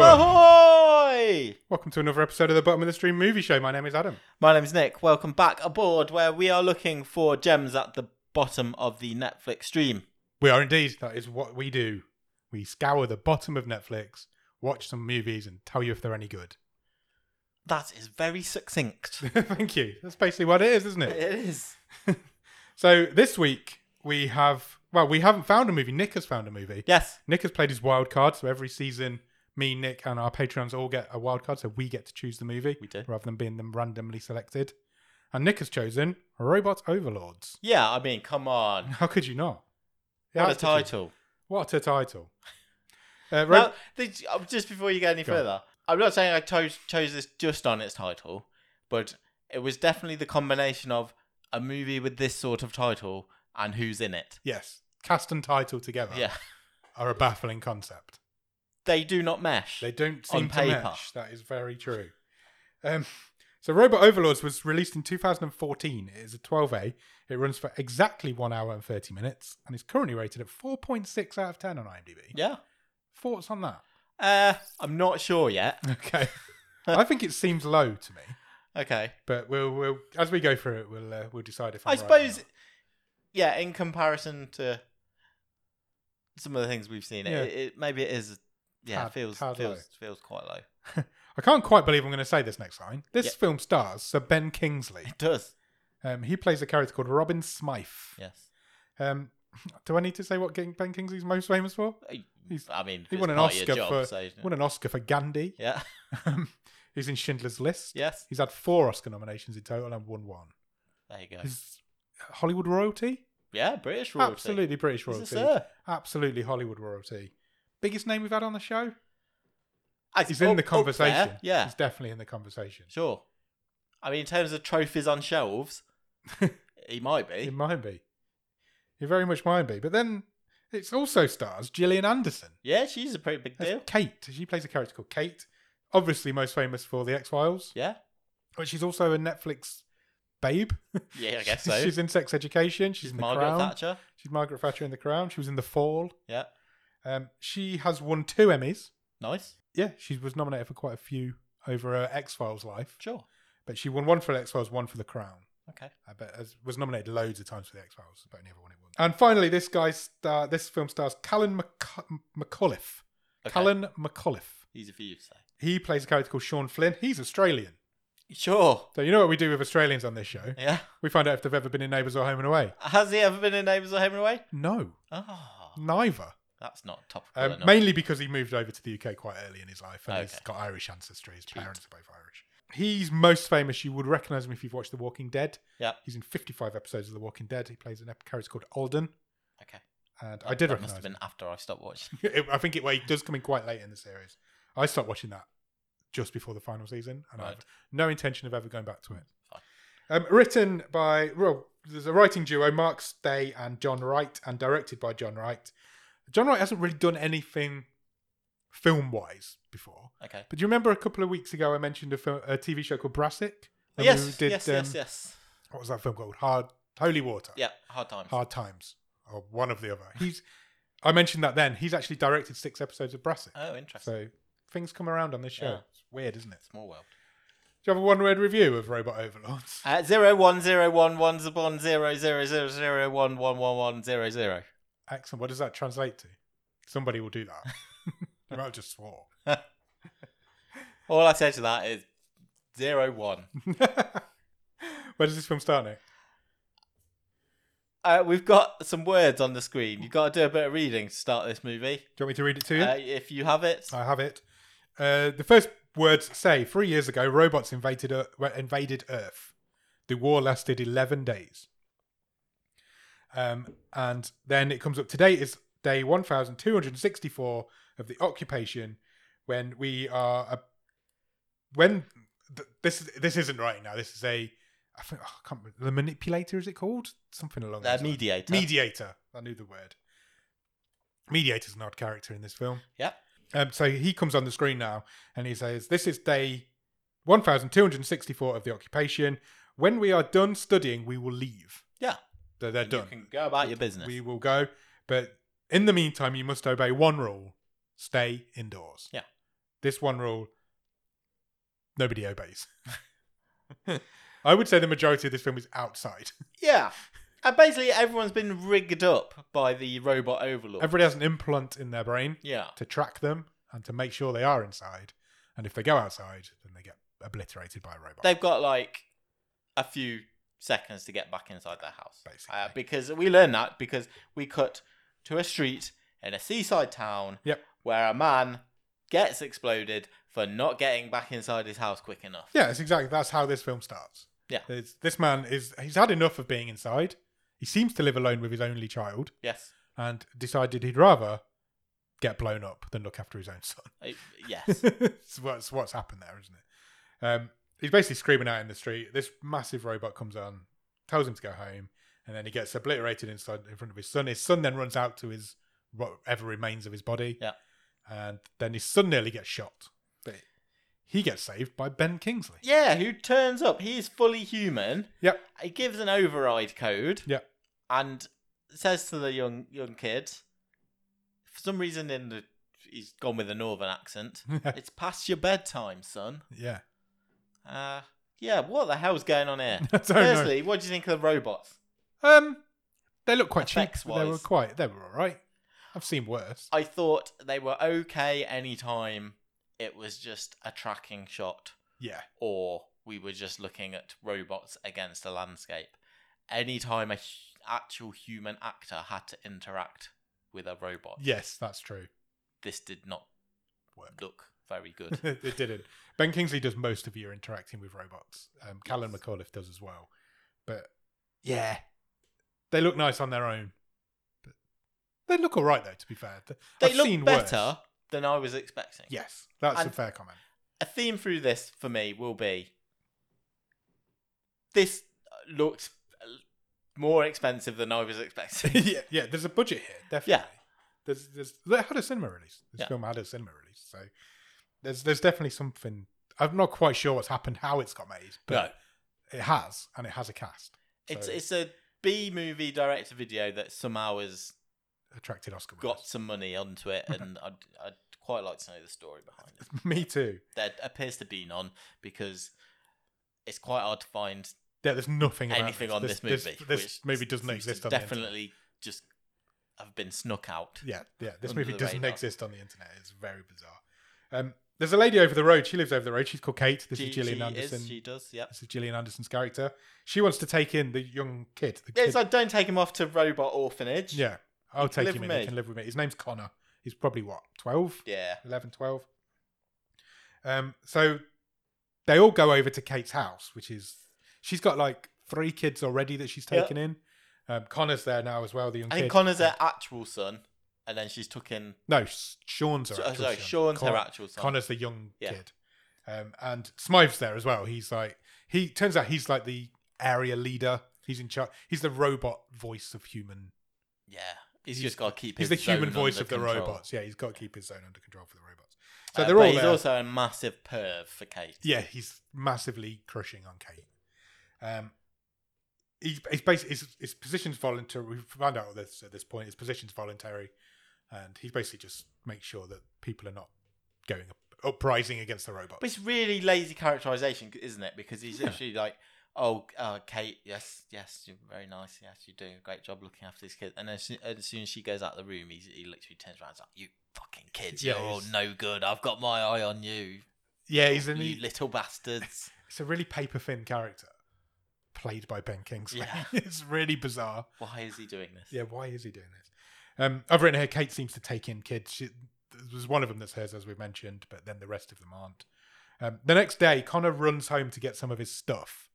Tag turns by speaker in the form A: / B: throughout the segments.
A: Oh. Welcome to another episode of the Bottom of the Stream Movie Show. My name is Adam.
B: My name's Nick. Welcome back aboard where we are looking for gems at the bottom of the Netflix stream.
A: We are indeed. That is what we do. We scour the bottom of Netflix, watch some movies, and tell you if they're any good.
B: That is very succinct.
A: Thank you. That's basically what it is, isn't
B: it
A: it?
B: is.
A: So this week we have well, we haven't found a movie. Nick has found a movie.
B: Yes.
A: Nick has played his wild card, so every season, me, Nick, and our Patreons all get a wild card, so we get to choose the movie
B: We do.
A: rather than being them randomly selected. And Nick has chosen Robot Overlords.
B: Yeah, I mean, come on.
A: How could you not? He
B: What a
A: has to choose-
B: title.
A: What a title! Uh, Ro-
B: Now, the- uh, just before you get any
A: Go on.
B: further, I'm not saying I chose, chose this just on its title, but it was definitely the combination of a movie with this sort of title and who's in it.
A: Yes, cast and title together
B: Yeah.
A: are a baffling concept.
B: They do not mesh.
A: They don't seem
B: On
A: to
B: paper.
A: match. That is very true. Um, so, Robot Overlords was released in 2014. It is a 12A. It runs for exactly one hour and 30 minutes, and is currently rated at 4.6 out of 10 on IMDb.
B: yeah.
A: Thoughts on that?
B: Uh, I'm not sure yet.
A: Okay, I think it seems low to me,
B: Okay.
A: but we'll, we'll as we go through it, we'll uh, we'll decide if I'm
B: I
A: right or
B: suppose, yeah, in comparison to some of the things we've seen,
A: Yeah.
B: it, it maybe it is. Yeah,
A: Tad-
B: feels
A: tad
B: feels
A: low.
B: feels quite low.
A: not. I can't quite believe I'm going to say this next line. This
B: Yeah.
A: film stars Sir Ben Kingsley.
B: It does.
A: Um, he plays a character called Robin Smythe.
B: Yes.
A: Um, do I need to say what King- Ben Kingsley's most famous for?
B: I-
A: He's-
B: I mean,
A: he
B: it's
A: won an
B: part of
A: Oscar
B: your job,
A: for-
B: so,
A: Won an Oscar for Gandhi.
B: yeah,
A: Um, he's in Schindler's List.
B: yes.
A: He's had four Oscar nominations in total and won one.
B: There you go.
A: He's Hollywood royalty?
B: Yeah, British royalty.
A: Absolutely British
B: He's a
A: royalty.
B: sir.
A: Absolutely Hollywood royalty. Biggest name we've had on the show?
B: I-
A: He's in
B: up-
A: the
B: up there,
A: conversation.
B: Yeah,
A: He's definitely in the conversation.
B: sure. I mean, in terms of trophies on shelves, he might
A: It
B: be.
A: might be. It very much might be. But then it also stars Gillian Anderson.
B: Yeah, she's a pretty big
A: That's
B: deal.
A: Kate. She plays a character called Kate. Obviously, most famous for The X Files,
B: Yeah,
A: but she's also a Netflix babe.
B: yeah, I guess so.
A: she's in Sex Education. She's,
B: She's
A: in The
B: Margaret
A: Crown.
B: Thatcher.
A: She's Margaret Thatcher in The Crown. She was in The Fall.
B: Yeah,
A: Um, she has won two Emmys.
B: nice.
A: Yeah, she was nominated for quite a few over her X Files life,
B: Sure.
A: but she won one for X Files, one for The Crown.
B: Okay.
A: I bet as, was nominated loads of times for The X Files, but never won it once. And finally, this guy star, this film stars Callan Mac- McAuliffe.
B: okay.
A: Callan McAuliffe.
B: Easy for you to say.
A: He plays a character called Sean Flynn. He's Australian.
B: Sure.
A: So you know what we do with Australians on this show?
B: Yeah.
A: We find out if they've ever been in Neighbours or Home and Away.
B: Has he ever been in Neighbours or Home and Away?
A: No,
B: Ah,
A: neither.
B: that's not topical
A: Um,
B: enough.
A: mainly because he moved over to the UK quite early in his life and he's
B: Okay.
A: got Irish ancestry. His
B: Cheat.
A: parents are both Irish. He's most famous. You would recognise him if you've watched The Walking Dead.
B: Yeah.
A: He's in 55 episodes of The Walking Dead. He plays an ep- character called Alden.
B: okay.
A: And I did
B: That
A: recognise
B: must have been after I stopped watching.
A: him. I think it, well, he does come in quite late in the series. I stopped watching that just before the final season and I
B: Right.
A: have no intention of ever going back to it.
B: Fine.
A: Um, written by well, there's a writing duo, Mark Stay and John Wright, and directed by John Wright. John Wright hasn't really done anything film-wise before.
B: Okay.
A: But do you remember a couple of weeks ago I mentioned a, film, a TV show called Brassic? When we
B: yes,
A: did,
B: yes,
A: um,
B: yes, yes.
A: What was that film called? Hard Holy Water.
B: Yeah, hard times.
A: Hard Times, or one of the other. He's. I mentioned that then. He's actually directed six episodes of Brassic.
B: Oh, interesting.
A: So things come around on this show.
B: Yeah.
A: It's weird, isn't it?
B: Small world.
A: Do you have a one-word review of Robot Overlords?
B: Uh, zero one zero one one upon zero zero zero zero one one one one zero zero.
A: Excellent. What does that translate to? Somebody will do that. you might have just swore.
B: All I say to that is zero one.
A: Where does this film start, Nick?
B: Uh, we've got some words on the screen. You've got to do a bit of reading to start this movie.
A: Do you want me to read it to you?
B: Uh, if you have it,
A: I have it. Uh, the first words say: Three years ago, robots invaded Ear- well, invaded Earth. The war lasted eleven days. Um, and then it comes up. Today is day one thousand two hundred sixty-four of the occupation, when we are a, when th- this this isn't right now. This is a I think oh, I can't remember, the manipulator is it called something along
B: uh,
A: those lines.
B: mediator.
A: Mediator. I knew the word. Mediator's an odd character in this film.
B: Yep.
A: Um, so he comes on the screen now and he says, This is day 1264 of the occupation. When we are done studying, we will leave.
B: Yeah.
A: So they're
B: you
A: done.
B: can go about your business.
A: We will go. But in the meantime, you must obey one rule stay indoors.
B: Yeah.
A: This one rule nobody obeys. I would say the majority of this film is outside.
B: Yeah. And basically, everyone's been rigged up by the robot overlord.
A: Everybody has an implant in their brain
B: yeah.
A: to track them and to make sure they are inside. And if they go outside, then they get obliterated by a robot.
B: They've got like a few seconds to get back inside their house.
A: Basically.
B: Uh, because we learn that because we cut to a street in a seaside town
A: Yep.
B: where a man gets exploded for not getting back inside his house quick enough.
A: Yeah, it's exactly that's how this film starts.
B: Yeah.
A: It's, this man is he's had enough of being inside. He seems to live alone with his only child
B: Yes.
A: and decided he'd rather get blown up than look after his own son.
B: Uh, yes.
A: it's what's what's happened there, isn't it? Um, he's basically screaming out in the street. This massive robot comes on, tells him to go home, and then he gets obliterated inside in front of his son. His son then runs out to his whatever remains of his body.
B: Yeah.
A: And then his son nearly gets shot. But he gets saved by Ben Kingsley.
B: yeah, who turns up. He is fully human.
A: Yep.
B: He gives an override code.
A: Yep.
B: And says to the young young kid, for some reason in the he's gone with a northern accent. it's past your bedtime, son.
A: yeah.
B: Uh yeah, what the hell's going on here?
A: I don't know.
B: Firstly, what do you think of the robots?
A: Um, they look quite cheap. but They
B: Effects-wise.
A: were quite. They were all right. I've seen worse.
B: I thought they were okay anytime it was just a tracking shot
A: Yeah.
B: or we were just looking at robots against a landscape. Anytime a hu- actual human actor had to interact with a robot,
A: Yes, that's true.
B: this did not
A: Work.
B: look very good.
A: it didn't. Ben Kingsley does most of your interacting with robots. Um, Callan
B: Yes.
A: McAuliffe does as well. But yeah, they look nice on their own. But they look all right though. To be fair, Th-
B: they
A: I've seen
B: look
A: worse.
B: better than I was expecting.
A: Yes, that's a
B: And-
A: fair comment.
B: A theme through this for me will be this looked more expensive than I was expecting.
A: yeah, yeah. There's a budget here, definitely.
B: Yeah.
A: There's, there's, they had a cinema release. This
B: Yeah.
A: film had a cinema release, so there's, there's definitely something. I'm not quite sure what's happened, how it's got made, but it has, and it has a cast. So
B: It's it's a B movie direct to video that somehow has
A: attracted Oscar.
B: got some money onto it, and I'd, I'd quite like to know the story behind it.
A: winners. me too.
B: There appears to be none because it's quite hard to find
A: Yeah, there's nothing. about
B: anything on this,
A: This,
B: movie.
A: this
B: which
A: movie doesn't
B: seems to
A: exist on the
B: Definitely just have been snuck out.
A: internet. Yeah, yeah. This
B: under
A: movie
B: the
A: doesn't
B: radar.
A: exist on the internet. It's very bizarre. Um, there's a lady over the road. She lives over the road. She's called Kate. This
B: She-
A: is Gillian
B: she
A: Anderson.
B: Is, she does, yeah.
A: This is Gillian Anderson's character. She wants to take in the young kid. The
B: Yeah,
A: kid-
B: it's like don't take him off to Robot Orphanage.
A: Yeah. I'll
B: can
A: take
B: live
A: him
B: with
A: in. He
B: me.
A: can live with me. His name's Connor. He's probably what, 12?
B: Yeah.
A: 11, 12? Um, so they all go over to Kate's house, which is, she's got like three kids already that she's
B: Yeah.
A: taken in. Um, Connor's there now as well, the young
B: I
A: kid.
B: think Connor's her actual son, and then she's took in.
A: No, S- Sean's her
B: so-
A: actual
B: sorry,
A: son.
B: Sean's
A: Con-
B: her actual son.
A: Connor's the young
B: Yeah.
A: kid. Um, and Smythe's there as well. He's like, he turns out he's like the area leader. He's in charge. He's the robot voice of human
B: Yeah, he's,
A: He's-
B: just got to keep.
A: He's
B: His
A: the human
B: zone
A: voice
B: under
A: of the
B: control.
A: robots. Yeah, he's got to keep his zone under control for the robots. So
B: Uh,
A: they're
B: but
A: all
B: He's
A: there.
B: also a massive perv for Kate.
A: yeah, he's massively crushing on Kate. Um, he, he's basically his, his position's voluntary. We found out this at this point. His position's voluntary, and he basically just makes sure that people are not going up, uprising against the robots.
B: But it's really lazy characterization, isn't it? Because he's
A: Yeah.
B: literally like, "Oh, uh, Kate, yes, yes, you're very nice. Yes, you're doing a great job looking after this kid." And as soon as, soon as she goes out the room, he's, he literally turns around and is like, "You fucking kids,
A: Yeah,
B: you're all
A: he's-
B: no good. I've got my eye on you,
A: yeah, he's an,
B: you little bastards."
A: it's a really paper thin character, played by Ben Kingsley.
B: Yeah.
A: it's really bizarre.
B: Why is he doing this?
A: Yeah, why is he doing this? Um, I've written here. Kate seems to take in kids. She, there's one of them that's hers, as we mentioned, but then the rest of them aren't. Um, the next day, Connor runs home to get some of his stuff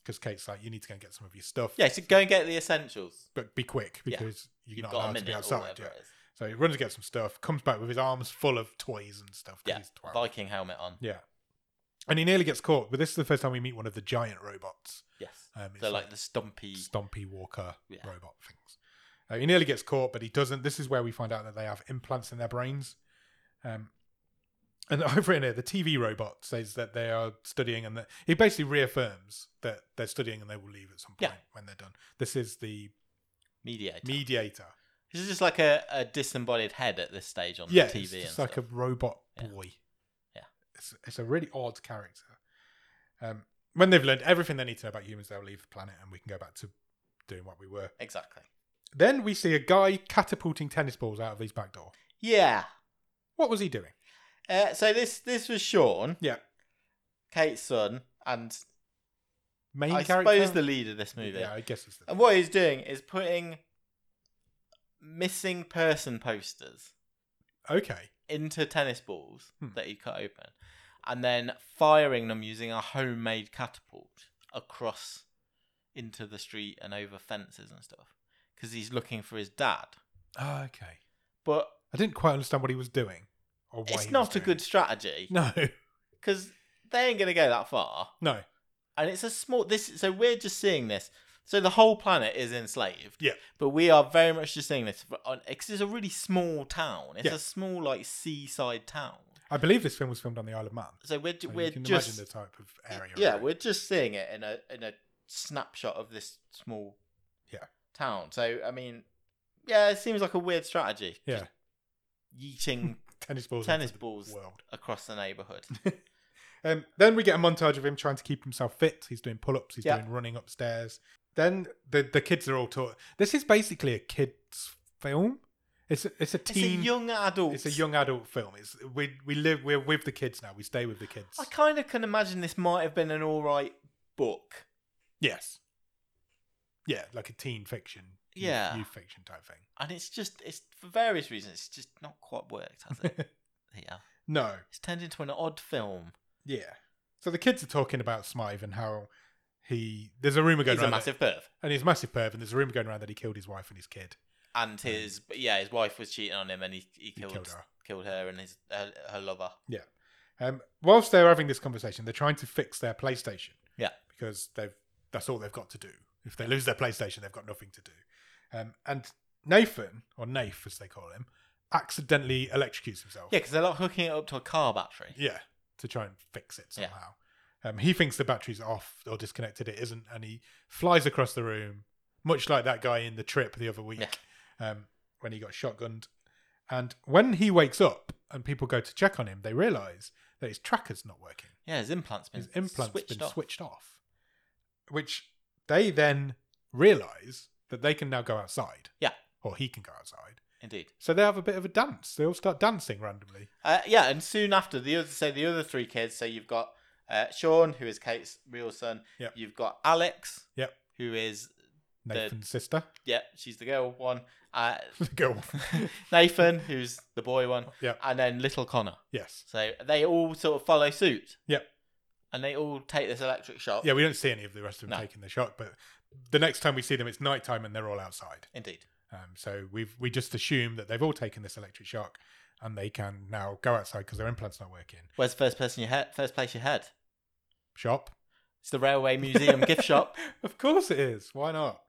A: because Kate's like, "You need to go and get some of your stuff,
B: Yeah, so go and get the essentials.
A: but be quick
B: Yeah.
A: because you're
B: You've
A: not
B: got a
A: allowed to
B: minute
A: be
B: or
A: outside."
B: whatever
A: Yeah.
B: it is.
A: So he runs to get some stuff, comes back with his arms full of toys and stuff. 'cause
B: Yeah,
A: he's 12.
B: Viking helmet on.
A: yeah, and he nearly gets caught. But this is the first time we meet one of the giant robots.
B: Yes,
A: Um, it's
B: so like the stumpy.
A: stompy walker
B: Yeah.
A: robot things. Uh, he nearly gets caught, but he doesn't. This is where we find out that they have implants in their brains. Um, and over in here, the TV robot says that they are studying, and that he basically reaffirms that they're studying and they will leave at some point
B: Yeah.
A: when they're done. This is the
B: mediator.
A: mediator.
B: This is just like a, a disembodied head at this stage on
A: yeah,
B: the TV
A: it's
B: and
A: just like
B: stuff.
A: a robot
B: Yeah.
A: boy.
B: Yeah.
A: it's, it's a really odd character. Um, when they've learned everything they need to know about humans, they'll leave the planet and we can go back to doing what we were.
B: Exactly.
A: Then we see a guy catapulting tennis balls out of his back door.
B: Yeah.
A: What was he doing?
B: Uh, so this this was Sean,
A: Yeah,
B: Kate's son, and
A: main
B: I
A: character.
B: suppose the lead Um, of this movie.
A: Yeah, I guess it's the.
B: And what he's doing is putting missing person posters
A: Okay.
B: into tennis balls
A: Hmm.
B: that he cut open, and then firing them using a homemade catapult across into the street and over fences and stuff because he's looking for his dad.
A: Ah, okay.
B: But
A: I didn't quite understand what he was doing. Or why he
B: it's
A: was
B: not a
A: doing
B: good
A: it.
B: strategy
A: No,
B: because they ain't gonna go that far.
A: no.
B: and it's a small this so we're just seeing this so the whole planet is enslaved
A: Yeah.
B: but we are very much just seeing this for- on because it's a really small town it's
A: Yeah.
B: a small like seaside town
A: I believe this film was filmed on the Isle of Man.
B: so we're
A: So
B: we're
A: you can
B: just
A: imagine the type of area.
B: yeah
A: right?
B: we're just seeing it in a in a snapshot of this small
A: Yeah.
B: town so i mean yeah it seems like a weird strategy
A: yeah.
B: Just yeeting
A: Tennis balls.
B: tennis
A: into the
B: balls
A: World.
B: across the neighborhood
A: Um, then we get a montage of him trying to keep himself fit. He's doing pull-ups. He's
B: Yeah.
A: doing running upstairs. Then the the kids are all taught. This is basically a kids' film. It's a, it's a
B: it's a
A: teen.
B: young adult
A: it's a young adult film. It's we we live we're with the kids now. We stay with the kids.
B: i kind of can imagine this might have been an all right book
A: Yes. Yeah, like a teen fiction. youth-
B: Yeah.
A: Youth fiction type thing.
B: and it's just it's for various reasons it's just not quite worked has it yeah
A: No.
B: it's turned into an odd film
A: Yeah. So the kids are talking about Smythe and how he there's a rumor going
B: he's a
A: around
B: massive perv
A: that, and he's a massive perv and there's a rumor going around that he killed his wife and his kid.
B: and his but yeah his wife was cheating on him and he, he
A: He
B: killed
A: killed her.
B: killed her and his her, her lover
A: Um, whilst they're having this conversation, they're trying to fix their PlayStation.
B: Yeah.
A: Because they've that's all they've got to do. If they lose their PlayStation, they've got nothing to do. Um, and Nathan, or Nafe as they call him, accidentally electrocutes himself.
B: yeah because they're like hooking it up to a car battery
A: Yeah, to try and fix it
B: Yeah.
A: somehow. Um, he thinks the battery's off or disconnected. It isn't, and he flies across the room, much like that guy in the trip the other week um, when he got shotgunned. And when he wakes up and people go to check on him, they realise that his tracker's not working.
B: yeah his implants been
A: His implant's
B: switched
A: been
B: off.
A: switched off, which they then realise that they can now go outside.
B: Yeah.
A: Or he can go outside.
B: indeed
A: So they have a bit of a dance. They all start dancing randomly.
B: uh, yeah and soon after the other so the other three kids so you've got uh, Sean who is Kate's real son
A: Yep.
B: you've got Alex
A: Yep.
B: who is The-
A: Nathan's sister.
B: yeah she's the girl one uh,
A: Go on.
B: Nathan who's the boy one
A: yeah.
B: and then little Connor
A: Yes.
B: So they all sort of follow suit.
A: Yep.
B: And they all take this electric shock.
A: Yeah, we don't see any of the rest of them
B: No.
A: taking the shot, but the next time we see them, it's nighttime and they're all outside.
B: Indeed.
A: Um, so we've we just assume that they've all taken this electric shock, and they can now go outside because their implant's not working.
B: Where's the first person you head? First place you head?
A: Shop,
B: It's the railway museum gift shop.
A: of course it is. Why not?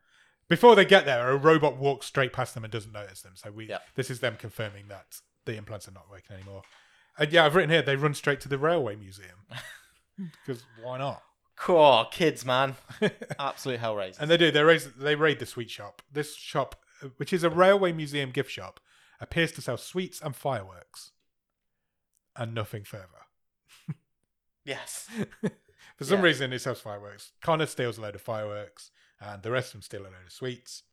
A: Before they get there, a robot walks straight past them and doesn't notice them. So we
B: Yeah.
A: this is them confirming that the implants are not working anymore. And yeah, I've written here they run straight to the railway museum because why not?
B: Cool kids, man. Absolute hellraiser.
A: And they do. They raid, they raid the sweet shop. This shop, uh, which is a railway museum gift shop, appears to sell sweets and fireworks, and nothing further.
B: yes.
A: For some
B: Yeah.
A: reason, it sells fireworks. Connor steals a load of fireworks, and the rest of them steal a load of sweets.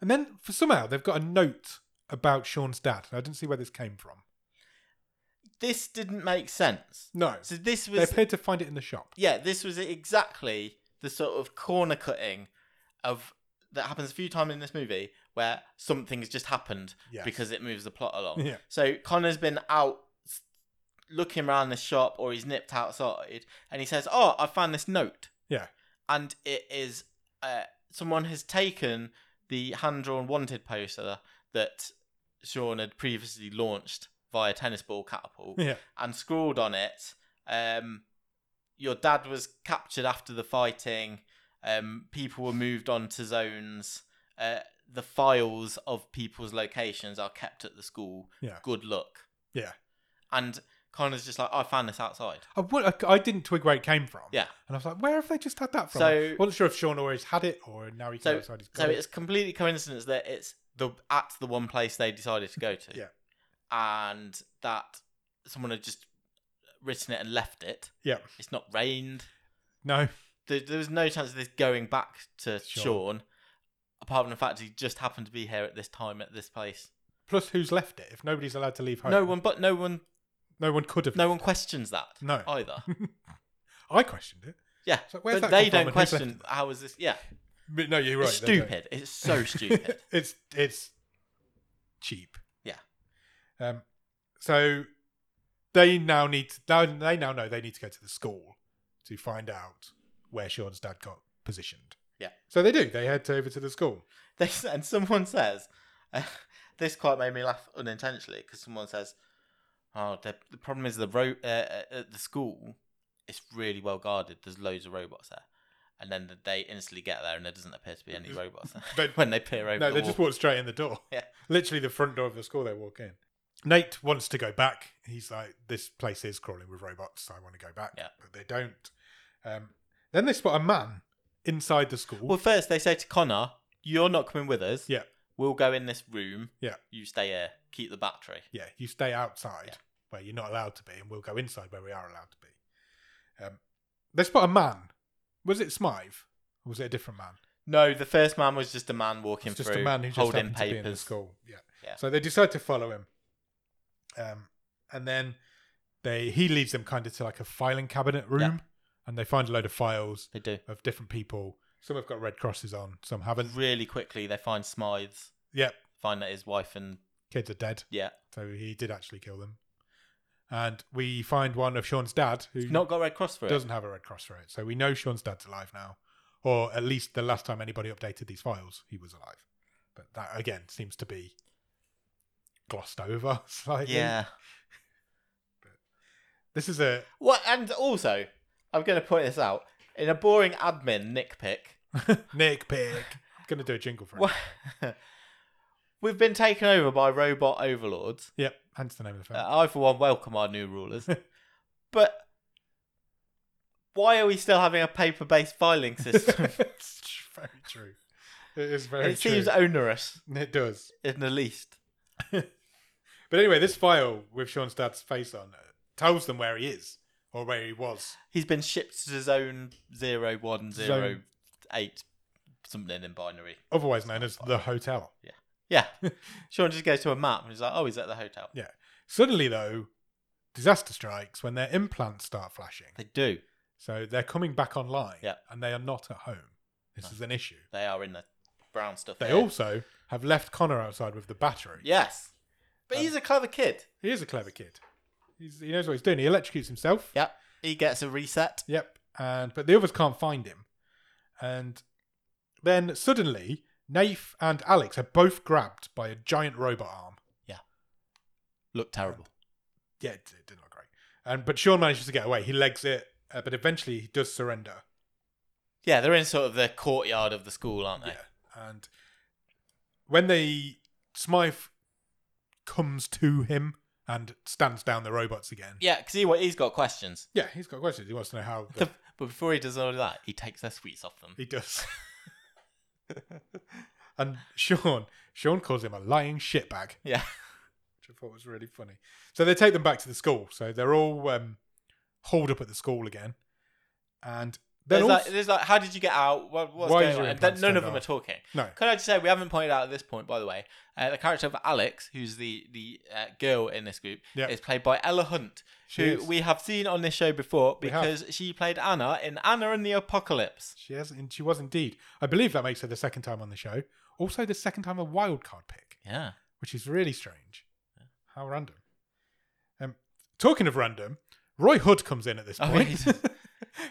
A: And then, for somehow, they've got a note about Sean's dad. And I didn't see where this came from.
B: This didn't make sense.
A: No,
B: So this
A: they
B: was
A: appeared to find it in the shop.
B: yeah, this was exactly the sort of corner cutting of that happens a few times in this movie where something's just happened
A: Yes.
B: because it moves the plot along.
A: Yeah.
B: So Connor's been out s- looking around the shop or he's nipped outside and he says, "Oh, I found this note."
A: Yeah.
B: And it is uh, someone has taken the hand-drawn wanted poster that Sean had previously launched via tennis ball catapult
A: Yeah,
B: and scrawled on it, um, your dad was captured after the fighting. Um, people were moved on to zones. Uh, the files of people's locations are kept at the school.
A: Yeah.
B: Good luck.
A: Yeah.
B: And Connor's just like, I found this outside.
A: I, wo- I, I didn't twig where it came from.
B: Yeah.
A: and I was like, where have they just had that from?
B: So-
A: I wasn't sure if Sean always had it or now he can
B: So-
A: go outside. He's got
B: So
A: it.
B: it's completely coincidence that it's the at the one place they decided to go to.
A: Yeah.
B: And that someone had just written it and left it.
A: Yeah.
B: It's not rained.
A: No.
B: There, there was no chance of this going back to
A: Sure.
B: Sean, apart from the fact he just happened to be here at this time at this place.
A: Plus, who's left it? If nobody's allowed to leave home,
B: No one, but no one,
A: no one could have.
B: no one questions that.
A: No.
B: either.
A: I questioned it.
B: Yeah,
A: So where's
B: but
A: that come
B: they
A: from and
B: don't
A: who's
B: question
A: left
B: how is this. Yeah,
A: But no, you're right.
B: it's
A: they don't.
B: stupid. It's so stupid.
A: it's it's cheap.
B: Yeah.
A: Um. So they now need to, now they now know they need to go to the school to find out where Sean's dad got positioned.
B: Yeah.
A: So they do. They head over to the school.
B: They s- and someone says, uh, this quite made me laugh unintentionally because someone says, "Oh, the, the problem is the ro- uh, uh, at the school, it's really well guarded. There's loads of robots there." And then they instantly get there, and there doesn't appear to be any robots there
A: But-
B: when they peer over.
A: No,
B: the
A: they
B: wall.
A: just walk straight in the door.
B: Yeah.
A: Literally the front door of the school they walk in. Nate wants to go back. He's like, this place is crawling with robots. I want to go back.
B: Yeah.
A: But they don't. Um, then they spot a man inside the school.
B: Well, first they say to Connor, "You're not coming with us.
A: Yeah.
B: we'll go in this room.
A: Yeah.
B: you stay here. Keep the battery.
A: yeah, you stay outside
B: Yeah.
A: where you're not allowed to be, and we'll go inside where we are allowed to be. Um, they spot a man. Was it Smythe? Or was it a different man?
B: No, the first man was just a man walking
A: It's just
B: through,
A: a man who just
B: holding
A: happened to be in the
B: papers.
A: school. Yeah.
B: Yeah.
A: So they decide to follow him, um, and then they he leads them kind of to like a filing cabinet room, and they find a load of files
B: They do
A: of different people. Some have got red crosses on, some haven't.
B: really quickly. They find Smythe's.
A: Yep,
B: Find that his wife and
A: kids are dead,
B: yeah,
A: so he did actually kill them. And we find one of Sean's dad who
B: not got Red Cross for it.
A: doesn't have a red cross for it, so we know Sean's dad's alive now, or at least the last time anybody updated these files, he was alive. But that again seems to be glossed over slightly.
B: Yeah.
A: This is a
B: What? And also, I'm going to point this out in a boring admin nitpick.
A: Nick Pig. I'm gonna do a jingle for it.
B: What? We've been taken over by robot overlords.
A: Yep, hence the name of the film.
B: Uh, I, for one, welcome our new rulers. but why are we still having a paper-based filing system?
A: it's tr- very true. It is very
B: Uh. it
A: true.
B: seems onerous,
A: it does.
B: in the least.
A: But anyway, this file with Sean's dad's face on uh, tells them where he is or where he was.
B: He's been shipped to zone zero one zero
A: Zone-
B: eight something in binary.
A: Otherwise known as the hotel.
B: Yeah. Sean just goes to a map and he's like, "Oh, he's at the hotel."
A: Suddenly though, disaster strikes when their implants start flashing.
B: They do.
A: So they're coming back online
B: Yeah.
A: and they are not at home. This is an issue.
B: They are in the brown stuff.
A: They
B: here.
A: also have left Connor outside with the battery.
B: Yes. But
A: Um,
B: he's a clever kid.
A: He is a clever kid. He's, he knows what he's doing. He electrocutes himself.
B: Yep. He gets a reset.
A: Yep. And but the others can't find him. And then suddenly, Naif and Alex are both grabbed by a giant robot arm.
B: Looked terrible.
A: Yeah, it, it didn't look great. And but Sean manages to get away. He legs it, uh, but eventually he does surrender.
B: Yeah, they're in sort of the courtyard of the school, aren't they?
A: Yeah. And when they Smythe comes to him and stands down the robots again.
B: Yeah, because he, he's got questions.
A: Yeah, he's got questions. He wants to know how the-
B: But before he does all of that, he takes their sweets off them.
A: He does. and Sean, Sean calls him a lying shitbag,
B: Yeah.
A: which I thought was really funny. So they take them back to the school. So they're all um, hauled up at the school again, and then
B: There's like,
A: also-
B: there's like, how did you get out? What, what's
A: Why is
B: going
A: your
B: on? And
A: implants
B: then none of
A: turned
B: them are
A: off?
B: talking.
A: no,
B: Could I just say we haven't pointed out at this point, by the way, uh, the character of Alex, who's the the uh, girl in this group,
A: Yeah.
B: is played by Ella Hunt,
A: she
B: who
A: is.
B: we have seen on this show before
A: We have.
B: because she played Anna in Anna and the Apocalypse.
A: she has, and she was indeed. I believe that makes her the second time on the show. Also, the second time a wild card pick,
B: Yeah.
A: which is really strange. How random. Um, talking of random, Roy Hood comes in at this
B: Oh,
A: point.
B: he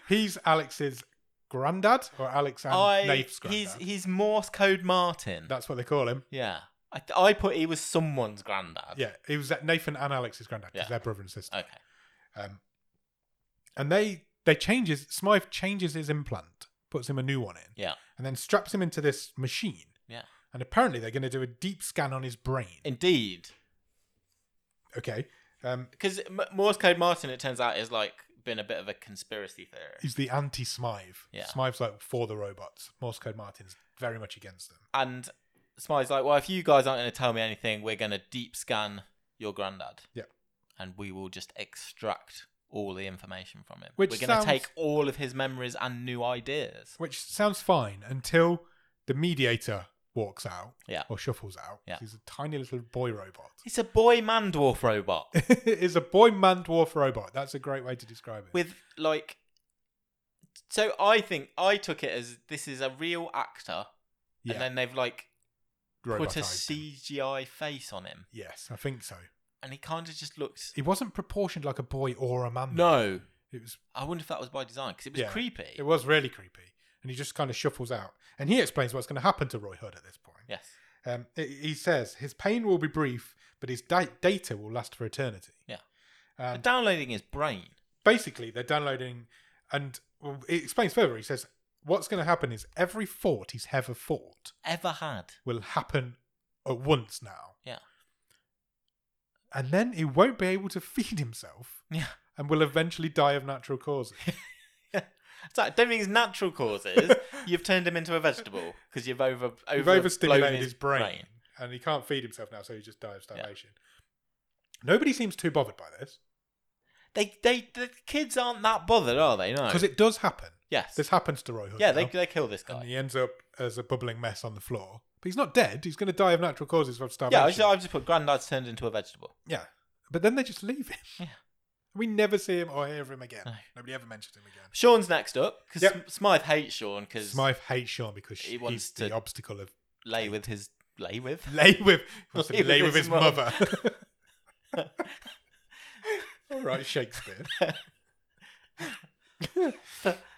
A: he's Alex's granddad or Alex and
B: I
A: Naif's granddad.
B: he's he's Morse code Martin.
A: That's what they call him.
B: yeah. I, I put he was someone's granddad.
A: Yeah, he was uh, Nathan and Alex's granddad because
B: Yeah.
A: they're brother and sister.
B: Okay.
A: Um, and they they changes Smythe changes his implant, puts him a new one in,
B: Yeah.
A: and then straps him into this machine.
B: Yeah.
A: And apparently they're going to do a deep scan on his brain.
B: Indeed.
A: Okay. Um,
B: Because Morse code Martin, it turns out, is like been a bit of a conspiracy theory,
A: he's the anti Smythe.
B: Yeah.
A: Smythe's like for the robots. Morse code Martin's very much against them.
B: and Smythe's like, well, if you guys aren't going to tell me anything, we're going to deep scan your granddad.
A: Yeah.
B: And we will just extract all the information from him.
A: Which
B: We're going to
A: sounds-
B: take all of his memories and new ideas.
A: which sounds fine until the mediator walks out
B: Yeah.
A: or shuffles out.
B: Yeah.
A: He's a tiny little boy robot.
B: It's a boy man dwarf robot
A: It's a boy man dwarf robot. That's a great way to describe it.
B: with like. So I think I took it as this is a real actor,
A: yeah,
B: and then they've like put a
A: robotised him.
B: CGI face on him,
A: Yes, I think so.
B: and he kind of just looks.
A: He wasn't proportioned like a boy or a man.
B: No,
A: It was
B: I wonder if that was by design because it was
A: Yeah.
B: creepy.
A: it was really creepy. And he just kind of shuffles out. And he explains what's going to happen to Roy Hood at this point.
B: Yes,
A: Um, he- he says his pain will be brief, but his da- data will last for eternity.
B: Yeah.
A: Um,
B: But downloading his brain.
A: basically they're downloading and well, it explains further he says what's going to happen is every fort he's ever fought
B: Ever had?
A: will happen at once now
B: Yeah.
A: and then he won't be able to feed himself
B: Yeah.
A: and will eventually die of natural causes
B: It's like, don't think it's natural causes. You've turned him into a vegetable because you've over, over
A: you've overstimulated
B: blown
A: his, brain, and he can't feed himself now so he just dies of
B: Yeah.
A: starvation nobody seems too bothered by this
B: They, they, the kids aren't that bothered, are they? No.
A: because it does happen
B: yes.
A: this happens to roy hood
B: yeah, they,
A: now.
B: they kill this guy.
A: and he ends up as a bubbling mess on the floor but he's not dead he's going to die of natural causes from starvation
B: yeah, I've just, I've just put Grandad's turned into a vegetable.
A: Yeah. But then they just leave him.
B: Yeah.
A: We never see him or hear of him again.
B: No.
A: Nobody ever mentions him again.
B: Sean's next up because
A: Yep.
B: Smythe hates Sean because
A: Smythe hates Sean because
B: He
A: he
B: wants
A: he's the
B: to-
A: obstacle of
B: lay with his lay with.
A: lay with he wants to
B: Lay
A: lay,
B: with
A: with
B: his
A: his
B: mum.
A: mother. All right, Shakespeare.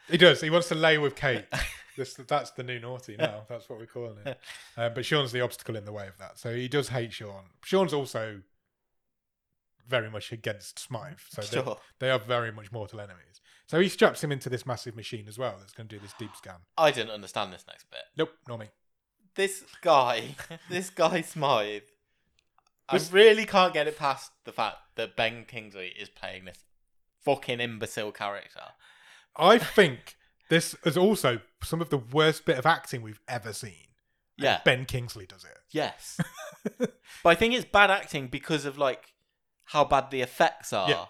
A: he does. He wants to lay with Kate. This, that's the new naughty now. That's what we're calling it. Uh, but Sean's the obstacle in the way of that. So he does hate Sean. Sean's also very much against Smythe. So they-
B: Sure.
A: They are very much mortal enemies. So he straps him into this massive machine as well that's going to do this deep scan.
B: I didn't understand this next bit.
A: Nope, not me.
B: This guy, this guy Smythe.
A: This-
B: I really can't get it past the fact that Ben Kingsley is playing this fucking imbecile character.
A: I think this is also some of the worst bit of acting we've ever seen. And
B: Yeah.
A: Ben Kingsley does it.
B: Yes. but I think it's bad acting because of like how bad the effects are.
A: Yeah.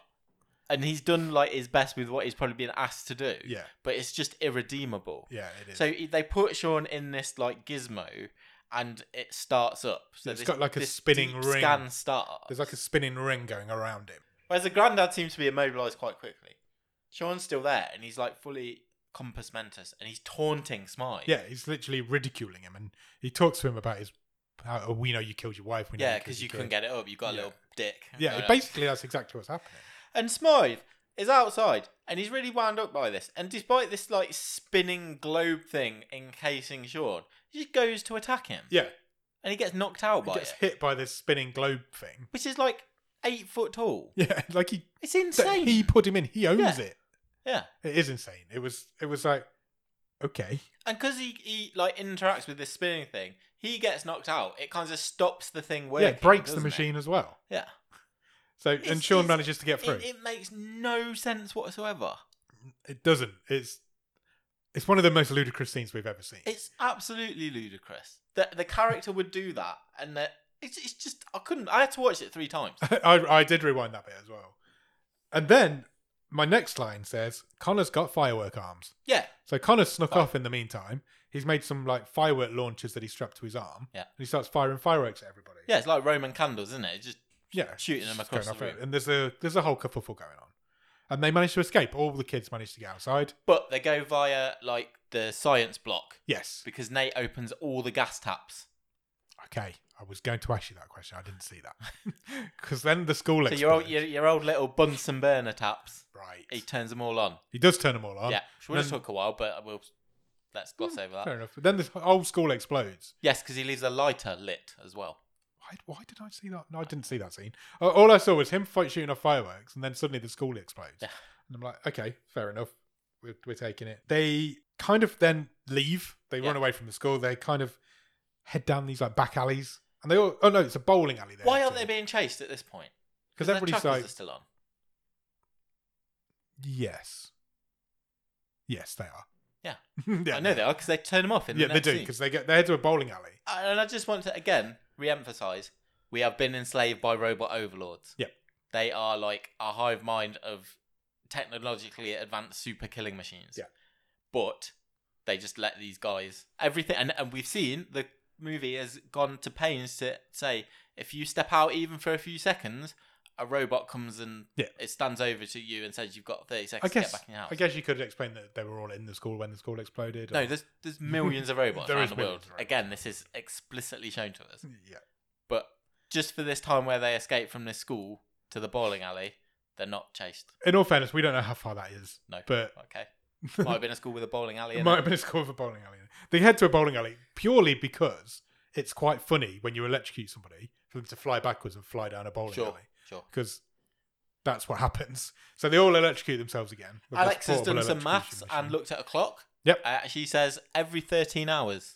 B: And he's done like his best with what he's probably been asked to do.
A: Yeah,
B: But it's just irredeemable.
A: yeah, it is.
B: So he- they put Sean in this like gizmo and it starts up. So
A: It's
B: this-
A: got, like, a
B: this
A: spinning
B: deep
A: ring.
B: scan starts.
A: There's like a spinning ring going around him.
B: Whereas the granddad seems to be immobilized quite quickly. Sean's still there and he's like fully compass mentis and he's taunting Smythe.
A: Yeah, he's literally ridiculing him, and he talks to him about his. How, oh, we know you killed your wife. We know
B: Yeah,
A: killed
B: because you
A: your
B: couldn't
A: kid."
B: get it up. You got
A: Yeah.
B: a little dick.
A: Yeah,
B: going
A: it
B: on.
A: basically that's exactly what's happening.
B: And Smythe is outside and he's really wound up by this. And despite this like spinning globe thing encasing Sean, he just goes to attack him.
A: Yeah,
B: And he gets knocked out
A: he
B: by
A: gets
B: it.
A: hit by this spinning globe thing.
B: Which is like eight foot tall.
A: Yeah, like he
B: It's
A: that
B: insane.
A: he put him in. He owns
B: Yeah.
A: it.
B: Yeah.
A: It is insane. It was it was like okay.
B: And because he, he like interacts with this spinning thing, he gets knocked out. It kind of stops the thing working.
A: yeah, it breaks the
B: doesn't it?
A: machine as well.
B: Yeah.
A: So
B: It's-
A: and Sean
B: it's-
A: manages to get through.
B: It, it makes no sense whatsoever.
A: It doesn't. It's it's one of the most ludicrous scenes we've ever seen.
B: It's absolutely ludicrous that the character would do that, and that it's, it's just I couldn't. I had to watch it three times.
A: I I did rewind that bit as well. And then my next line says Connor's got firework arms.
B: Yeah,
A: So Connor snuck
B: Oh.
A: off in the meantime. He's made some like firework launchers that he strapped to his arm.
B: Yeah.
A: And he starts firing fireworks at everybody.
B: yeah, it's like Roman candles, isn't it? It's just
A: Yeah.
B: shooting them
A: Just
B: across
A: going
B: the
A: off it.
B: room.
A: And there's a there's a whole kerfuffle going on. And they manage to escape. All the kids manage to get outside.
B: but they go via like the science block
A: Yes.
B: because Nate opens all the gas taps.
A: Okay. I was going to ask you that question. I didn't see that. Because then the school
B: So your old
A: explodes.
B: your, your old little Bunsen burner taps.
A: Right.
B: He turns them all on.
A: He does turn them all on.
B: yeah, which would have
A: then- Hmm,
B: took a while, but we'll let's gloss over that.
A: Fair enough. But then this whole school explodes.
B: Yes, because he leaves a lighter lit as well.
A: Why, why did I see that? No, I didn't see that scene. Uh, All I saw was him fight shooting off fireworks, and then suddenly the school explodes.
B: Yeah.
A: And I'm like, okay, fair enough. We're, we're taking it. They kind of then leave. They
B: Yeah.
A: run away from the school. They kind of head down these like back alleys, and they all. Oh no, it's a bowling alley. There
B: Why aren't they being chased at this point?
A: Because
B: their
A: everybody's
B: trackers
A: like,
B: are still on.
A: yes, yes, they are.
B: Yeah.
A: yeah,
B: I know they are because they turn them off in
A: Yeah, they
B: the next
A: do
B: scene.
A: because they get they head to a bowling alley.
B: And I just want to again re-emphasize: we have been enslaved by robot overlords.
A: Yep.
B: they are like a hive mind of technologically advanced super killing machines.
A: Yeah.
B: But they just let these guys everything and, and we've seen the movie has gone to pains to say if you step out even for a few seconds, a robot comes and
A: Yeah.
B: it stands over to you and says you've got thirty
A: I
B: seconds
A: guess
B: to get back in your house.
A: I guess you could explain that they were all in the school when the school exploded.
B: no, there's there's millions of robots
A: There
B: around
A: is
B: the
A: millions
B: world.
A: of robots.
B: Again, this is explicitly shown to us.
A: yeah,
B: But just for this time where they escape from this school to the bowling alley, they're not chased.
A: in all fairness, we don't know how far that is.
B: No.
A: But
B: Okay. Might have been a school with a bowling alley.
A: it
B: in
A: might
B: it.
A: have been a school for bowling alley. They head to a bowling alley purely because it's quite funny when you electrocute somebody for them to fly backwards and fly down a bowling
B: Sure.
A: alley
B: Sure.
A: because that's what happens. So they all electrocute themselves again. with this
B: Alex has done
A: portable
B: some maths
A: electrocution
B: and
A: machine.
B: looked at a clock.
A: Yep.
B: Uh, she says every 13 hours,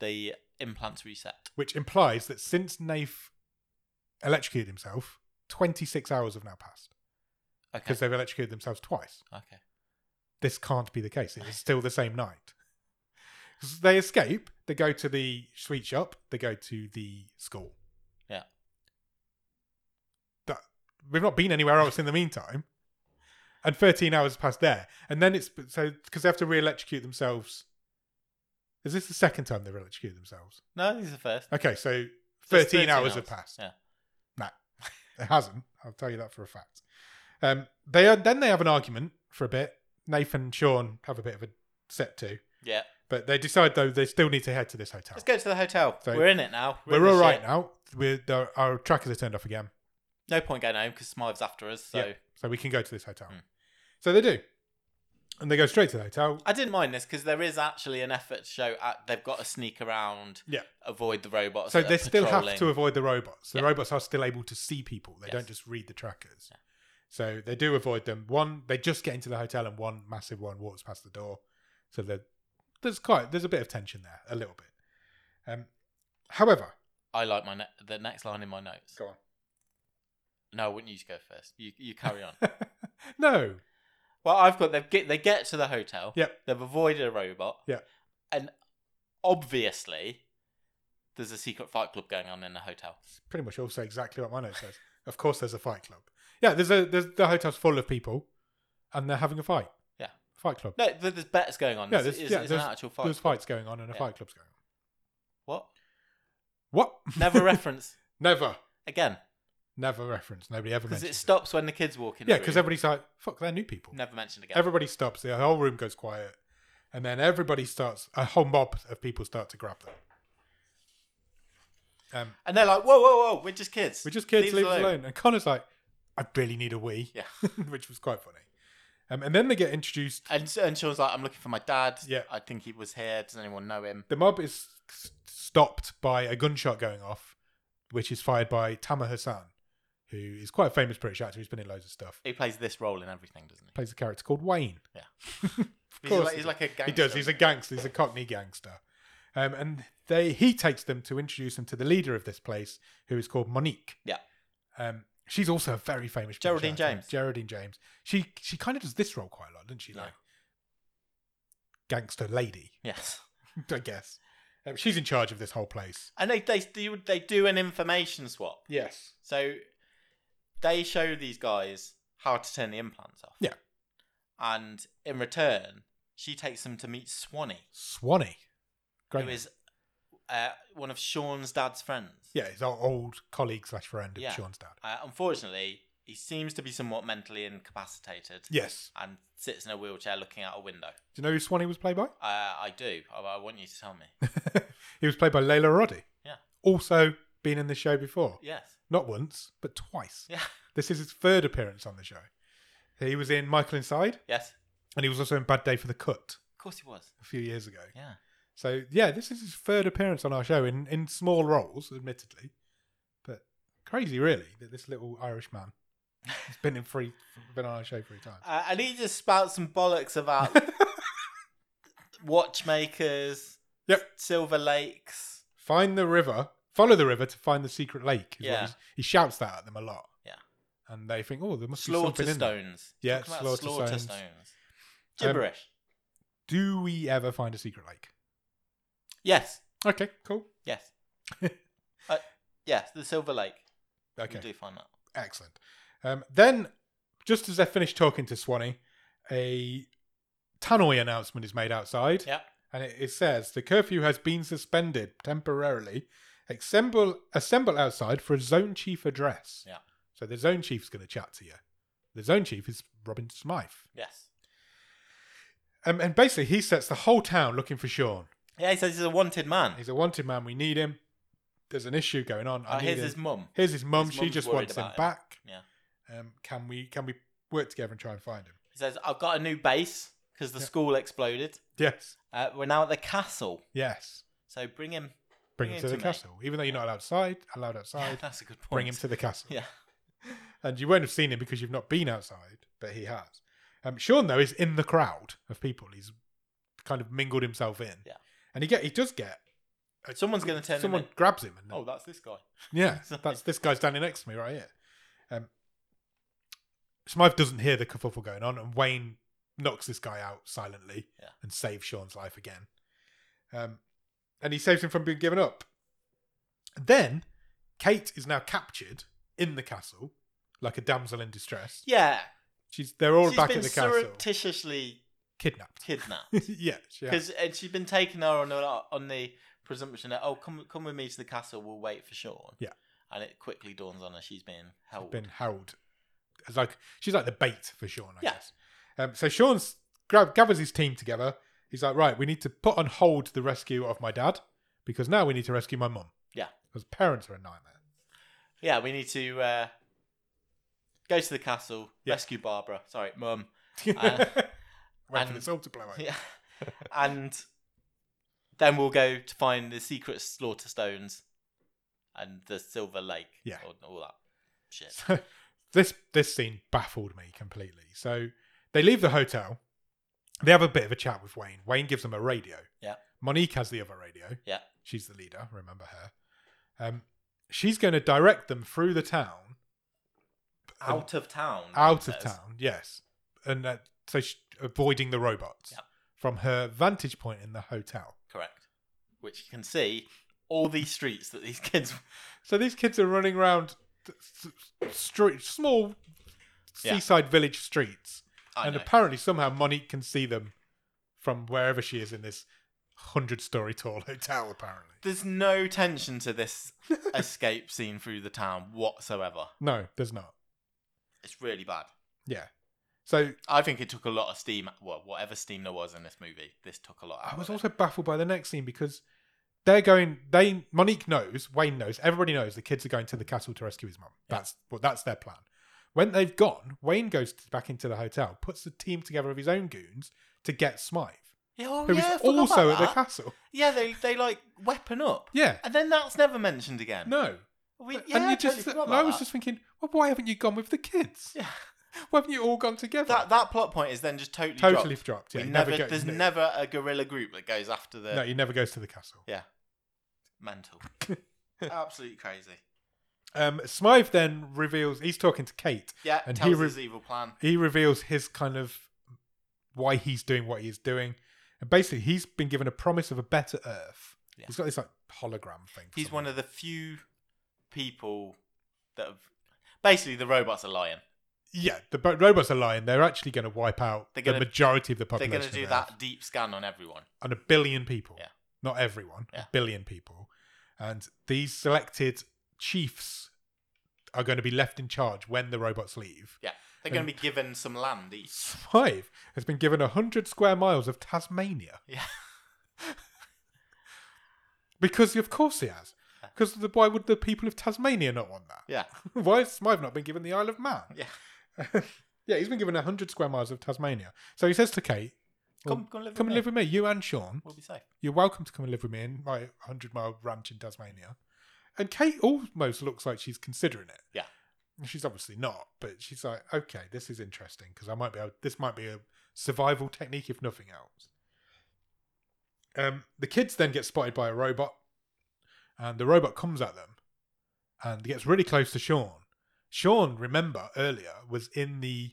B: the implants reset.
A: which implies that since Nafe electrocuted himself, 26 hours have now passed
B: Okay.
A: because they've electrocuted themselves twice.
B: Okay.
A: This can't be the case. It's still the same night. 'Cause They escape. They go to the sweet shop. They go to the school.
B: Yeah.
A: That, we've not been anywhere else in the meantime. And 13 hours passed there. And then it's so because they have to re electrocute themselves. Is this the second time they've electrocuted themselves?
B: No, these are the first.
A: Okay, so
B: So
A: 13,
B: it's
A: hours have passed.
B: Yeah.
A: It hasn't. I'll tell you that for a fact. Um, they are, then they have an argument for a bit. Nathan and Sean have a bit of a set to,
B: Yeah.
A: but they decide though they still need to head to this hotel.
B: Let's go to the hotel.
A: So-
B: We're in it now. in
A: We're
B: this
A: all right
B: shit.
A: now. We're, the- our trackers are turned off again,
B: No point going home because Smythe's after us. So
A: Yeah. so we can go to this hotel.
B: Hmm.
A: So they do, and they go straight to the hotel.
B: I didn't mind this because there is actually an effort to show uh, they've got to sneak around,
A: Yeah.
B: avoid the robots.
A: So
B: that are
A: they still have
B: patrolling.
A: to avoid the robots. The
B: Yeah.
A: robots are still able to see people. They
B: Yes.
A: don't just read the trackers. So they do avoid them. One, they just get into the hotel, and one massive one walks past the door. So they're- there's quite there's a bit of tension there, a little bit. Um, however,
B: I like my ne- the next line in my notes.
A: go
B: No, I wouldn't you to go first. You you carry on.
A: on. no,
B: well, I've got they get they get to the hotel.
A: Yep.
B: They've avoided a robot.
A: Yep.
B: And obviously, there's a secret fight club going on in the hotel.
A: it's pretty much also exactly what my note says. of course, there's a fight club. Yeah, there's a there's the hotel's full of people, and they're having a fight.
B: Yeah.
A: fight club.
B: No, th- there's bets going on.
A: Yeah,
B: This
A: there's-
B: is-
A: yeah,
B: is an actual fight.
A: there's fights going on, and a
B: Yeah.
A: fight club's going on.
B: What?
A: What?
B: Never reference
A: Never.
B: again
A: Never reference. Nobody ever
B: because
A: mentions
B: it stops when the kids walk in.
A: Yeah,
B: the
A: because
B: room.
A: everybody's like, "Fuck, they're new people."
B: never mentioned again.
A: Everybody stops. The whole room goes quiet, and then everybody starts. A whole mob of people start to grab them. Um,
B: and they're like, "Whoa, whoa, whoa! We're just kids.
A: we're just kids. Leave, us alone. And Connor's like, "I really need a wee,"
B: Yeah.
A: which was quite funny. Um, and then they get introduced.
B: And so- and Sean's like, "I'm looking for my dad.
A: Yeah.
B: I think he was here. Does anyone know him?
A: The mob is s- stopped by a gunshot going off, which is fired by Tama Hassan, who is quite a famous British actor who's been in loads of stuff.
B: He plays this role in everything, doesn't he?
A: Plays a character called Wayne.
B: Yeah.
A: Of
B: he's
A: course
B: like,
A: he
B: he's like a gangster.
A: He does. He's a gangster. He's a Cockney gangster. Um, and they he takes them to introduce them to the leader of this place, who is called Monique.
B: Yeah.
A: Um, she's also a very famous British
B: Geraldine
A: actor.
B: James.
A: Geraldine James. She she kind of does this role quite a lot, doesn't she?
B: Yeah.
A: Like gangster lady,
B: yes.
A: I guess. Um, she's in charge of this whole place.
B: And they they do they do an information swap.
A: Yes.
B: So they show these guys how to turn the implants off.
A: Yeah.
B: And in return, she takes them to meet Swanee,
A: Swanee. Great.
B: who
A: name.
B: is uh, one of Sean's dad's friends.
A: yeah, he's our old colleague slash friend of
B: Yeah.
A: Sean's dad.
B: Uh, unfortunately, he seems to be somewhat mentally incapacitated
A: Yes.
B: and sits in a wheelchair looking out a window.
A: Do you know who Swanee was played by?
B: Uh, I do. I, I want you to tell me.
A: he was played by Layla Roddy.
B: Yeah.
A: Also been in the show before.
B: Yes.
A: Not once, but twice.
B: Yeah.
A: This is his third appearance on the show. He was in Michael Inside,
B: Yes.
A: and he was also in Bad Day for the Cut
B: Of course he was.
A: a few years ago.
B: Yeah.
A: So yeah, this is his third appearance on our show in, in small roles, admittedly. But crazy, really, that this little Irish man has been in three, been on our show three times.
B: Uh, and he just spouts some bollocks about watchmakers.
A: Yep.
B: Silver Lakes.
A: find the river, follow the river to find the secret lake. is what
B: Yeah.
A: he's- he shouts that at them a lot.
B: Yeah.
A: and they think, oh, there must be something
B: Slaughter
A: in there.
B: stones.
A: Yeah,
B: Talking about
A: slaughter stones. Um,
B: Gibberish.
A: Do we ever find a secret lake?
B: yes.
A: Okay, cool.
B: Yes. uh, yes. The Silver Lake.
A: Okay,
B: You do find that.
A: excellent. Um, then Just as they finish talking to Swanee, a tannoy announcement is made outside.
B: Yeah.
A: And it, it says the curfew has been suspended temporarily. Assemble, assemble outside for a zone chief address.
B: Yeah.
A: So the zone chief's going to chat to you. The zone chief is Robin Smythe.
B: Yes.
A: Um, and basically, he sets the whole town looking for Sean.
B: Yeah, he says he's a wanted man.
A: He's a wanted man. We need him. There's an issue going on. I
B: Oh,
A: need
B: here's
A: him.
B: his mum.
A: Here's his mum.
B: His
A: she
B: mum's
A: just
B: worried
A: wants him
B: about him.
A: back.
B: Yeah.
A: Um, can we can we work together and try and find him?
B: He says, I've got a new base because the school exploded.
A: Yes.
B: Uh, we're now at the castle.
A: Yes.
B: So bring him.
A: Bring, him to the
B: me.
A: castle. Even though you're not allowed outside, allowed
B: Yeah,
A: outside,
B: that's a good point.
A: bring him to the castle.
B: Yeah.
A: And you won't have seen him because you've not been outside, but he has. Um, Sean though is in the crowd of people. He's kind of mingled himself in.
B: Yeah.
A: And he get he does get
B: Someone's going to turn
A: someone
B: him
A: grabs him and
B: in. Oh, that's this guy.
A: Yeah,
B: Sorry.
A: that's this guy standing next to me right here. Um, Smythe doesn't hear the kerfuffle going on, and Wayne knocks this guy out silently
B: Yeah.
A: and saves Sean's life again. Um, and he saves him from being given up. And then Kate is now captured in the castle, like a damsel in distress.
B: Yeah.
A: She's they're all
B: she's
A: back
B: been
A: at the castle,
B: surreptitiously
A: kidnapped.
B: kidnapped.
A: yeah, she has.
B: Because and she's been taking her on the, on the presumption that oh come come with me to the castle we'll wait for Sean
A: Yeah.
B: and it quickly dawns on her she's been held
A: been held as like she's like the bait for Sean, I
B: Yeah.
A: guess. Um, so Sean's grab, gathers his team together. He's like, right, we need to put on hold the rescue of my dad because now we need to rescue my mum.
B: Yeah.
A: because parents are a nightmare.
B: yeah we need to uh, go to the castle
A: Yeah.
B: rescue Barbara sorry mum Uh,
A: Wait for
B: and-
A: the salt to blow out.
B: yeah and then we'll go to find the secret slaughter stones and the silver lake
A: Yeah.
B: all, all that shit
A: So this this scene baffled me completely. So they leave the hotel. They have a bit of a chat with Wayne. Wayne gives them a radio.
B: Yeah.
A: Monique has the other radio.
B: Yeah.
A: She's the leader. Remember her. Um, she's going to direct them through the town. and-
B: out of town
A: um, out of
B: says.
A: town. Yes. And uh, so she, avoiding the robots
B: Yeah.
A: from her vantage point in the hotel.
B: correct which you can see all these streets that these kids
A: So these kids are running around th- th- street, small
B: Yeah.
A: seaside village streets,
B: I
A: and
B: know.
A: apparently somehow Monique can see them from wherever she is in this hundred-story tall hotel. Apparently,
B: There's no tension to this escape scene through the town whatsoever.
A: no, there's not.
B: It's really bad.
A: Yeah. So
B: I think it took a lot of steam. Well, whatever steam there was in this movie, this took a lot. Out
A: I was
B: of it.
A: also baffled by the next scene because they're going. They Monique knows, Wayne knows, everybody knows the kids are going to the castle to rescue his mum. That's well, that's their plan. When they've gone, Wayne goes t- back into the hotel, puts the team together of his own goons to get Smythe,
B: yeah, oh,
A: who is
B: yeah, I forgot
A: also at
B: about
A: the
B: that.
A: castle.
B: yeah, they they like weapon up,
A: Yeah,
B: and then that's never mentioned again.
A: no,
B: we, yeah,
A: and
B: I
A: you
B: totally
A: just,
B: forgot
A: and I
B: about
A: was
B: that.
A: just thinking, well, why haven't you gone with the kids?
B: Yeah.
A: Why haven't you all gone together?
B: that that plot point is then just totally
A: totally
B: dropped.
A: dropped. Yeah,
B: We
A: he
B: never,
A: goes-
B: there's never a guerrilla group that goes after the
A: no, he never goes to the castle.
B: mental. Absolutely crazy.
A: Um, Smythe then reveals he's talking to Kate
B: Yeah,
A: And he
B: tells
A: re-
B: his evil plan.
A: he reveals his kind of why he's doing what he is doing. And basically, he's been given a promise of a better Earth.
B: Yeah.
A: He's got this like hologram thing.
B: He's one of the few people that have. Basically, the robots are lying.
A: yeah. The bo- robots are lying. They're actually going to wipe out
B: They're gonna-
A: the majority of the
B: They're
A: population.
B: going to do
A: of Earth.
B: that deep scan on everyone.
A: on a billion people.
B: Yeah.
A: Not everyone,
B: Yeah.
A: a billion people. And these selected chiefs are going to be left in charge when the robots leave.
B: Yeah, they're going to be given some land each.
A: Smythe has been given 100 square miles of Tasmania.
B: Yeah,
A: Because of course he has. Because the, why would the people of Tasmania not want that?
B: yeah,
A: why has Smythe not been given the Isle of Man?
B: yeah.
A: Yeah, he's been given 100 square miles of Tasmania. So he says to Kate, well,
B: Come, come live.
A: come
B: with
A: and
B: me.
A: live with me, you and Sean.
B: We'll be safe.
A: You're welcome to come and live with me in my 100 mile ranch in Tasmania. And Kate almost looks like she's considering it.
B: Yeah.
A: She's obviously not, but she's like, okay, this is interesting because I might be able, this might be a survival technique if nothing else. Um, the kids then get spotted by a robot, and the robot comes at them and gets really close to Sean. Sean, remember earlier, was in the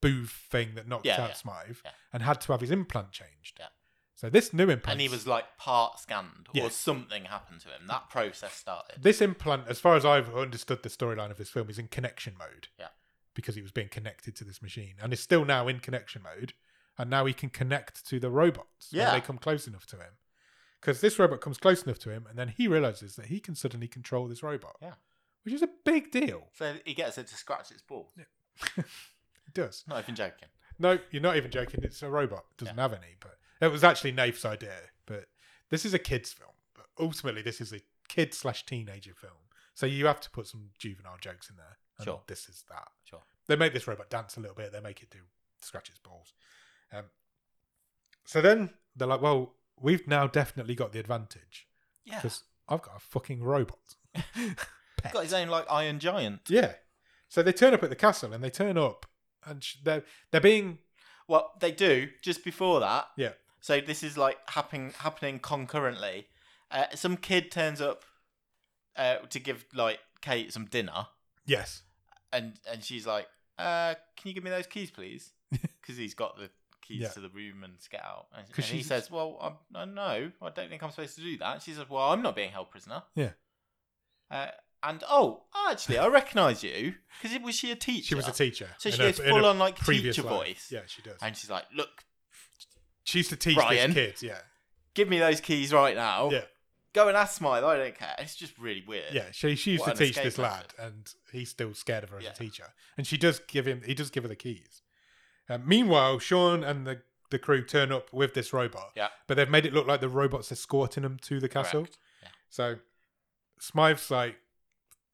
A: booth thing that knocked
B: Yeah,
A: out
B: yeah,
A: Smythe
B: yeah.
A: and had to have his implant changed.
B: Yeah.
A: So this new implant,
B: And he was like part scanned, or
A: Yeah.
B: something happened to him. That process started.
A: this implant, as far as I've understood the storyline of this film, is in connection mode.
B: Yeah.
A: because he was being connected to this machine and is still now in connection mode. And now he can connect to the robots
B: Yeah.
A: when they come close enough to him. Because this robot comes close enough to him, and then he realizes that he can suddenly control this robot.
B: Yeah.
A: Which is a big deal.
B: So he gets it to scratch its ball.
A: It does.
B: Not even joking.
A: No, you're not even joking. It's a robot. It doesn't have any, but it was actually Naif's idea. But this is a kids' film. But ultimately, this is a kid slash teenager film. So you have to put some juvenile jokes in there. And
B: Sure.
A: This is that.
B: Sure.
A: They make this robot dance a little bit. They make it do scratch its balls. Um, so then they're like, "Well, we've now definitely got the advantage
B: Yeah.
A: because I've got a fucking robot."
B: Got his own like iron giant.
A: Yeah. So they turn up at the castle and they turn up and sh- they're they're being
B: Well, they do just before that.
A: Yeah.
B: So this is like happening happening concurrently. Uh, some kid turns up uh, to give like Kate some dinner,
A: yes
B: and and she's like, uh, "Can you give me those keys, please?" Because he's got the keys
A: Yeah.
B: to the room and to get out. And,
A: 'Cause
B: and he
A: she's-
B: says, "Well, I'm, I know. I don't think I'm supposed to do that." she says, "Well, I'm not being held prisoner."
A: Yeah.
B: Uh, and oh, actually, I recognise you because was she a teacher?
A: She was a teacher.
B: So she
A: in her-
B: goes
A: in her
B: full on like
A: previous
B: teacher
A: life.
B: voice.
A: Yeah, she does.
B: And she's like, "Look,
A: she used to teach
B: Brian.
A: these kids. Yeah,
B: give me those keys right now.
A: Yeah.
B: Go and ask Smythe. I don't care. It's just really weird.
A: yeah. She she used
B: What
A: to
B: an
A: teach
B: escape
A: this lad,
B: method.
A: and he's still scared of her
B: Yeah.
A: as a teacher. And she does give him. He does give her the keys. Uh, meanwhile, Sean and the the crew turn up with this robot.
B: Yeah.
A: but they've made it look like the robot's escorting them to the castle.
B: Correct. Yeah.
A: So Smythe's like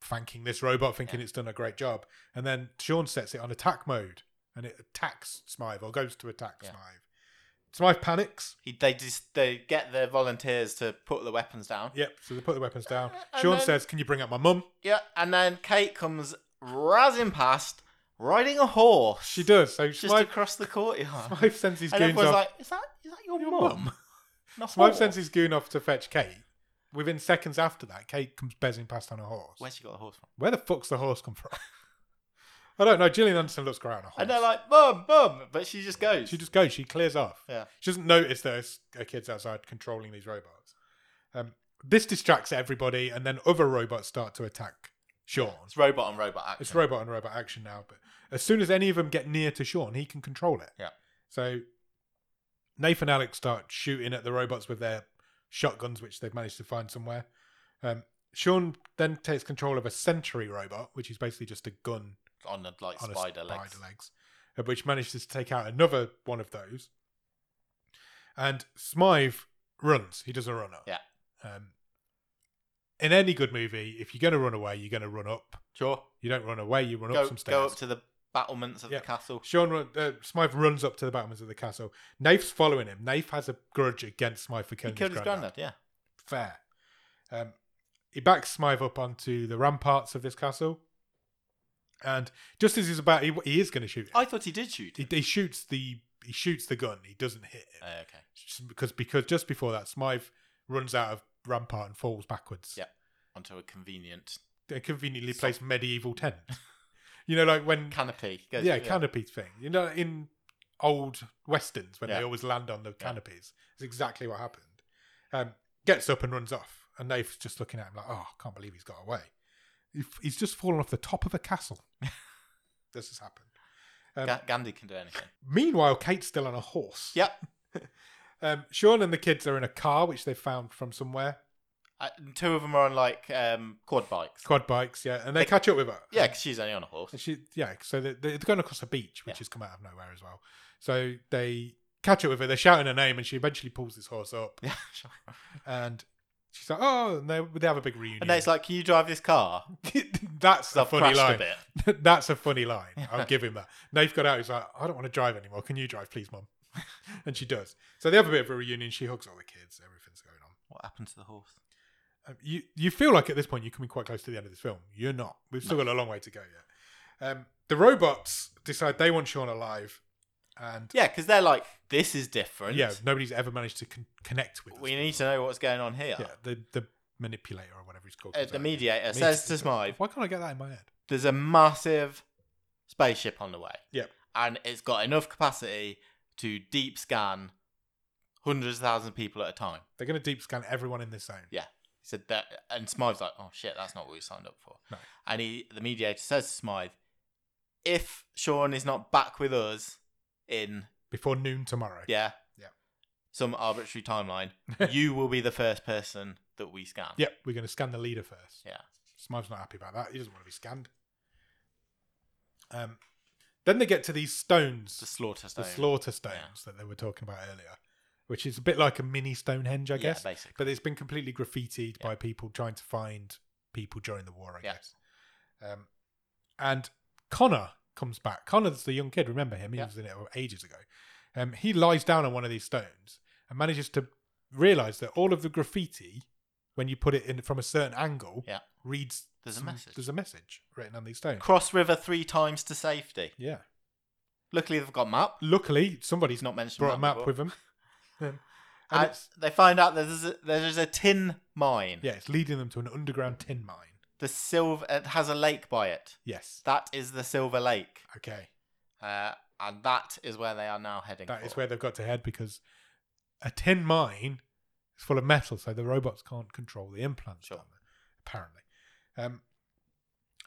A: thanking this robot, thinking
B: Yeah.
A: it's done a great job, and then Sean sets it on attack mode, and it attacks Smythe or goes to attack
B: Yeah.
A: Smythe. Smythe panics.
B: He, they just they get the volunteers to put the weapons down.
A: Yep. So they put the weapons down.
B: And
A: Sean
B: then-
A: says, "Can you bring up my mum?"
B: Yeah, and then Kate comes razzing past riding a horse.
A: She does. So
B: just
A: Smythe,
B: across the courtyard.
A: Smythe sends his
B: and
A: goons
B: everyone's
A: off.
B: like, "Oh." "Is that is that your, mum?"
A: mum.
B: And a
A: Smythe
B: horse.
A: sends his goon off to fetch Kate. Within seconds after that, Kate comes bezing past on a horse.
B: Where's she got the horse from?
A: Where the fuck's the horse come from? I don't know. Gillian Anderson looks great on a horse.
B: And they're like, "Mum, mum," but she just goes.
A: She just goes. She clears off.
B: Yeah.
A: She doesn't notice that there's a kid's outside controlling these robots. Um, this distracts everybody, and then other robots start to attack Sean.
B: it's robot on robot action.
A: It's robot on robot action now, but as soon as any of them get near to Sean, he can control it.
B: Yeah.
A: So Nathan and Alex start shooting at the robots with their shotguns, which they've managed to find somewhere. Um, Sean then takes control of a sentry robot, which is basically just a gun
B: on the like
A: on a
B: spider legs.
A: uh, which manages to take out another one of those. And Smythe runs. He does a runner.
B: Yeah.
A: Um, in any good movie, if you're going to run away, you're going to run up.
B: Sure.
A: You don't run away. You run up
B: Go,
A: some stairs.
B: go up to the battlements of
A: Yeah.
B: the castle.
A: Sean run, uh, Smythe runs up to the battlements of the castle. Naif's following him. Naif has a grudge against Smythe for
B: He
A: killing
B: killed
A: his,
B: his
A: granddad.
B: granddad. Yeah.
A: Fair. Um, he backs Smythe up onto the ramparts of this castle, and just as he's about, he, he is going to shoot. Him.
B: I thought he did shoot.
A: he, he shoots the he shoots the gun. He doesn't hit him
B: Uh, okay.
A: Just because because just before that, Smythe runs out of rampart and falls backwards.
B: Yeah. Onto a convenient
A: a conveniently placed medieval tent. you know, like when
B: canopy. He goes,
A: yeah, canopy thing. You know, in old westerns when
B: Yeah.
A: they always land on the canopies, it's exactly what happened. Um, gets up and runs off, and Nate's just looking at him like, "Oh, I can't believe he's got away. He- He's just fallen off the top of a castle." this has happened. Um,
B: Ga- Gandhi can do anything.
A: Meanwhile, Kate's still on a horse.
B: Yep.
A: Um, Sean and the kids are in a car, which they found from somewhere.
B: Uh, and two of them are on like um, quad bikes.
A: Quad bikes, yeah, and they catch up with her.
B: Yeah, 'cause she's only on a horse.
A: And she, yeah. So they, they're going across a beach, which
B: Yeah.
A: has come out of nowhere as well. So they catch up with her. They're shouting her name, and she eventually pulls this horse up,
B: Yeah, sure.
A: and she's like, "Oh!" And they, they have a big reunion.
B: And then it's like, can you drive this car?
A: That's
B: 'Cause
A: a
B: I've
A: funny
B: crashed a
A: line.
B: bit.
A: That's a funny line. I'll give him that. Nave got out. He's like, I don't want to drive anymore. Can you drive, please, mum? and she does. So they have a bit of a reunion. She hugs all the kids. Everything's going on.
B: What happened to the horse?
A: Um, you you feel like at this point you're coming quite close to the end of this film. You're not. We've still got a long way to go yet. Um, the robots decide they want Sean alive, and
B: Yeah, because they're like, this is different.
A: yeah, nobody's ever managed to con- connect with.
B: We
A: us.
B: need to know what's going on here.
A: yeah, the the manipulator or whatever he's called.
B: Uh,
A: comes
B: the
A: out.
B: mediator
A: Medi-
B: says to Smythe,
A: "Why can't I get that in my head?"
B: there's a massive spaceship on the way.
A: Yep.
B: And it's got enough capacity to deep scan hundreds of thousands of people at a time.
A: They're going to deep scan everyone in this zone.
B: He said that, and Smythe's like, "Oh shit, that's not what we signed up for."
A: No.
B: And he, the mediator, says to Smythe, if Sean is not back with us in
A: before noon tomorrow.
B: yeah
A: Yeah.
B: some arbitrary timeline, you will be the first person that we scan.
A: Yep, we're going to scan the leader first.
B: Yeah.
A: Smythe's not happy about that. He doesn't want to be scanned. Um, then they get to these stones,
B: The slaughter
A: the
B: stone.
A: slaughter stones that they were talking about earlier, which is a bit like a mini Stonehenge, I guess.
B: Yeah, basically.
A: but it's been completely graffitied
B: Yeah.
A: by people trying to find people during the war, I
B: Yeah.
A: guess. Um, and Connor comes back. Connor's the young kid, remember him? He
B: Yeah.
A: was in it ages ago. Um, he lies down on one of these stones and manages to realize that all of the graffiti, when you put it in from a certain angle,
B: Yeah.
A: reads
B: There's a message.
A: There's a message written on these stones.
B: Cross river three times to safety.
A: Yeah.
B: Luckily, they've got map.
A: Luckily, somebody's
B: He's not mentioned.
A: brought a
B: map
A: map
B: before.
A: with them. Um, and
B: And
A: it's,
B: they find out that there's a, there's a tin mine.
A: yeah, it's leading them to an underground tin mine.
B: The silver it has a lake by it.
A: Yes.
B: That is the Silver Lake,
A: Okay.
B: uh, and that is where they are now heading.
A: That is
B: for.
A: where they've got to head because a tin mine is full of metal, so the robots can't control the implants.
B: Sure.
A: down there, Apparently, um,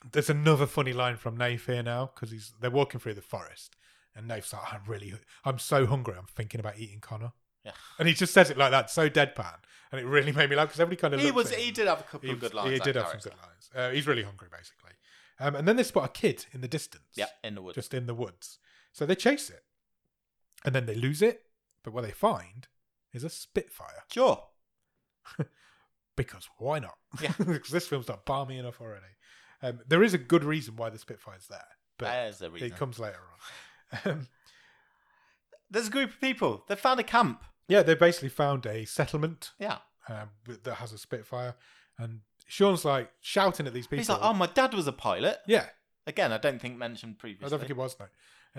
A: there's another funny line from Naif here now because he's they're walking through the forest, and Naif's like, "I'm really, I'm so hungry. I'm thinking about eating Connor."
B: Yeah.
A: and he just says it like that, so deadpan, and it really made me laugh because everybody kind of
B: he
A: looks
B: was.
A: at
B: He
A: him.
B: did have a couple
A: He
B: of good
A: was-
B: lines.
A: He
B: that
A: did have
B: character.
A: some good lines. Uh, he's really hungry, basically. Um, and then they spot a kid in the distance
B: Yeah, in the woods.
A: just in the woods. So they chase it, and then they lose it. But what they find is a Spitfire
B: sure.
A: because why not?
B: Yeah.
A: because this film's not balmy enough already. Um, there is a good reason why the Spitfire's there, but
B: There's a reason.
A: it comes later on. Um,
B: There's a group of people. They found a camp.
A: yeah, they basically found a settlement
B: Yeah.
A: um, with- that has a Spitfire, and Sean's like shouting at these people.
B: He's like, "Oh, my dad was a pilot."
A: yeah,
B: Again, I don't think mentioned previously.
A: I don't think it was no.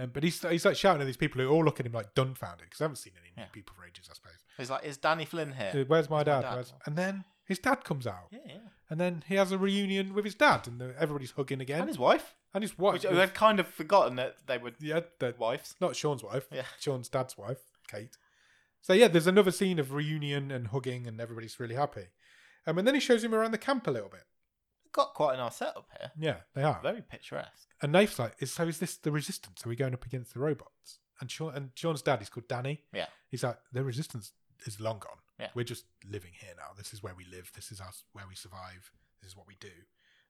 A: Um, but he's he's like shouting at these people who all look at him like dumbfounded because I haven't seen any new
B: Yeah.
A: people for ages, I suppose.
B: He's like, "Is Danny Flynn here?"
A: Uh, Where's my
B: Where's my
A: dad?
B: dad?
A: Where's- And then his dad comes out,
B: yeah, yeah.
A: and then he has a reunion with his dad, and the, everybody's hugging again.
B: And his wife,
A: and his wife,
B: which uh, I had kind of forgotten that they were
A: yeah, the,
B: wives.
A: not Sean's wife,
B: Yeah.
A: Sean's dad's wife, Kate. So yeah, there's another scene of reunion and hugging, and everybody's really happy. Um, and then he shows him around the camp a little bit.
B: Got quite a nice setup here.
A: Yeah, they are.
B: Very picturesque.
A: And Knife's like, is, so is this the resistance? Are we going up against the robots? And Sean and Sean's dad is called Danny.
B: Yeah.
A: He's like, the resistance is long gone.
B: Yeah.
A: We're just living here now. This is where we live. This is us where we survive. This is what we do.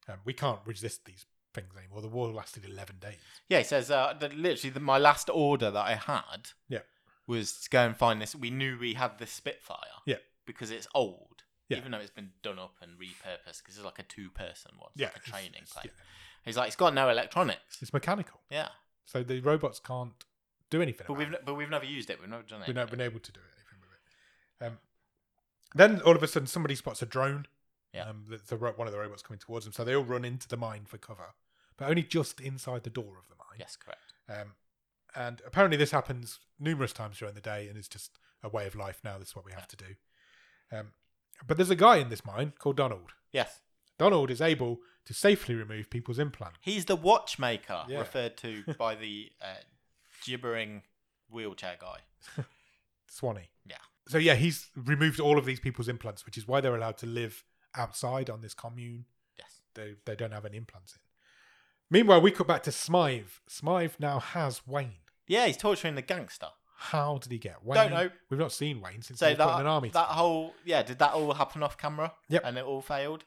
A: Um, we can't resist these things anymore. The war lasted eleven days.
B: Yeah, he says uh, that literally the, my last order that I had
A: Yeah.
B: was to go and find this. We knew we had this Spitfire.
A: Yeah.
B: Because it's old.
A: Yeah.
B: Even though it's been done up and repurposed, because it's like a two person one. It's
A: yeah.
B: Like a
A: it's-
B: training
A: it's,
B: plane.
A: yeah.
B: He's like, it's got no electronics.
A: It's mechanical.
B: Yeah.
A: So the robots can't do anything.
B: But
A: about
B: we've,
A: it.
B: n- but we've never used it. We've never done it.
A: we've not been able to do anything with it. Um, then all of a sudden, somebody spots a drone.
B: Yeah.
A: Um, the, the, ro- one of the robots coming towards them, so they all run into the mine for cover, but only just inside the door of the mine.
B: Yes, correct.
A: Um, and apparently, this happens numerous times during the day, and it's just a way of life now. This is what we have to do. Um, but there's a guy in this mine called Donald.
B: Yes.
A: Donald is able to safely remove people's implants.
B: He's the watchmaker
A: Yeah.
B: referred to by the uh, gibbering wheelchair guy.
A: Swanee.
B: Yeah.
A: So yeah, he's removed all of these people's implants, which is why they're allowed to live outside on this commune.
B: Yes.
A: they they don't have any implants in. Meanwhile, we cut back to Smythe. Smythe now has Wayne.
B: Yeah, he's torturing the gangster.
A: How did he get Wayne?
B: Don't know.
A: We've not seen Wayne since
B: So
A: they put
B: that,
A: an army.
B: that
A: together.
B: whole yeah, did that all happen off camera?
A: Yep.
B: And it all failed.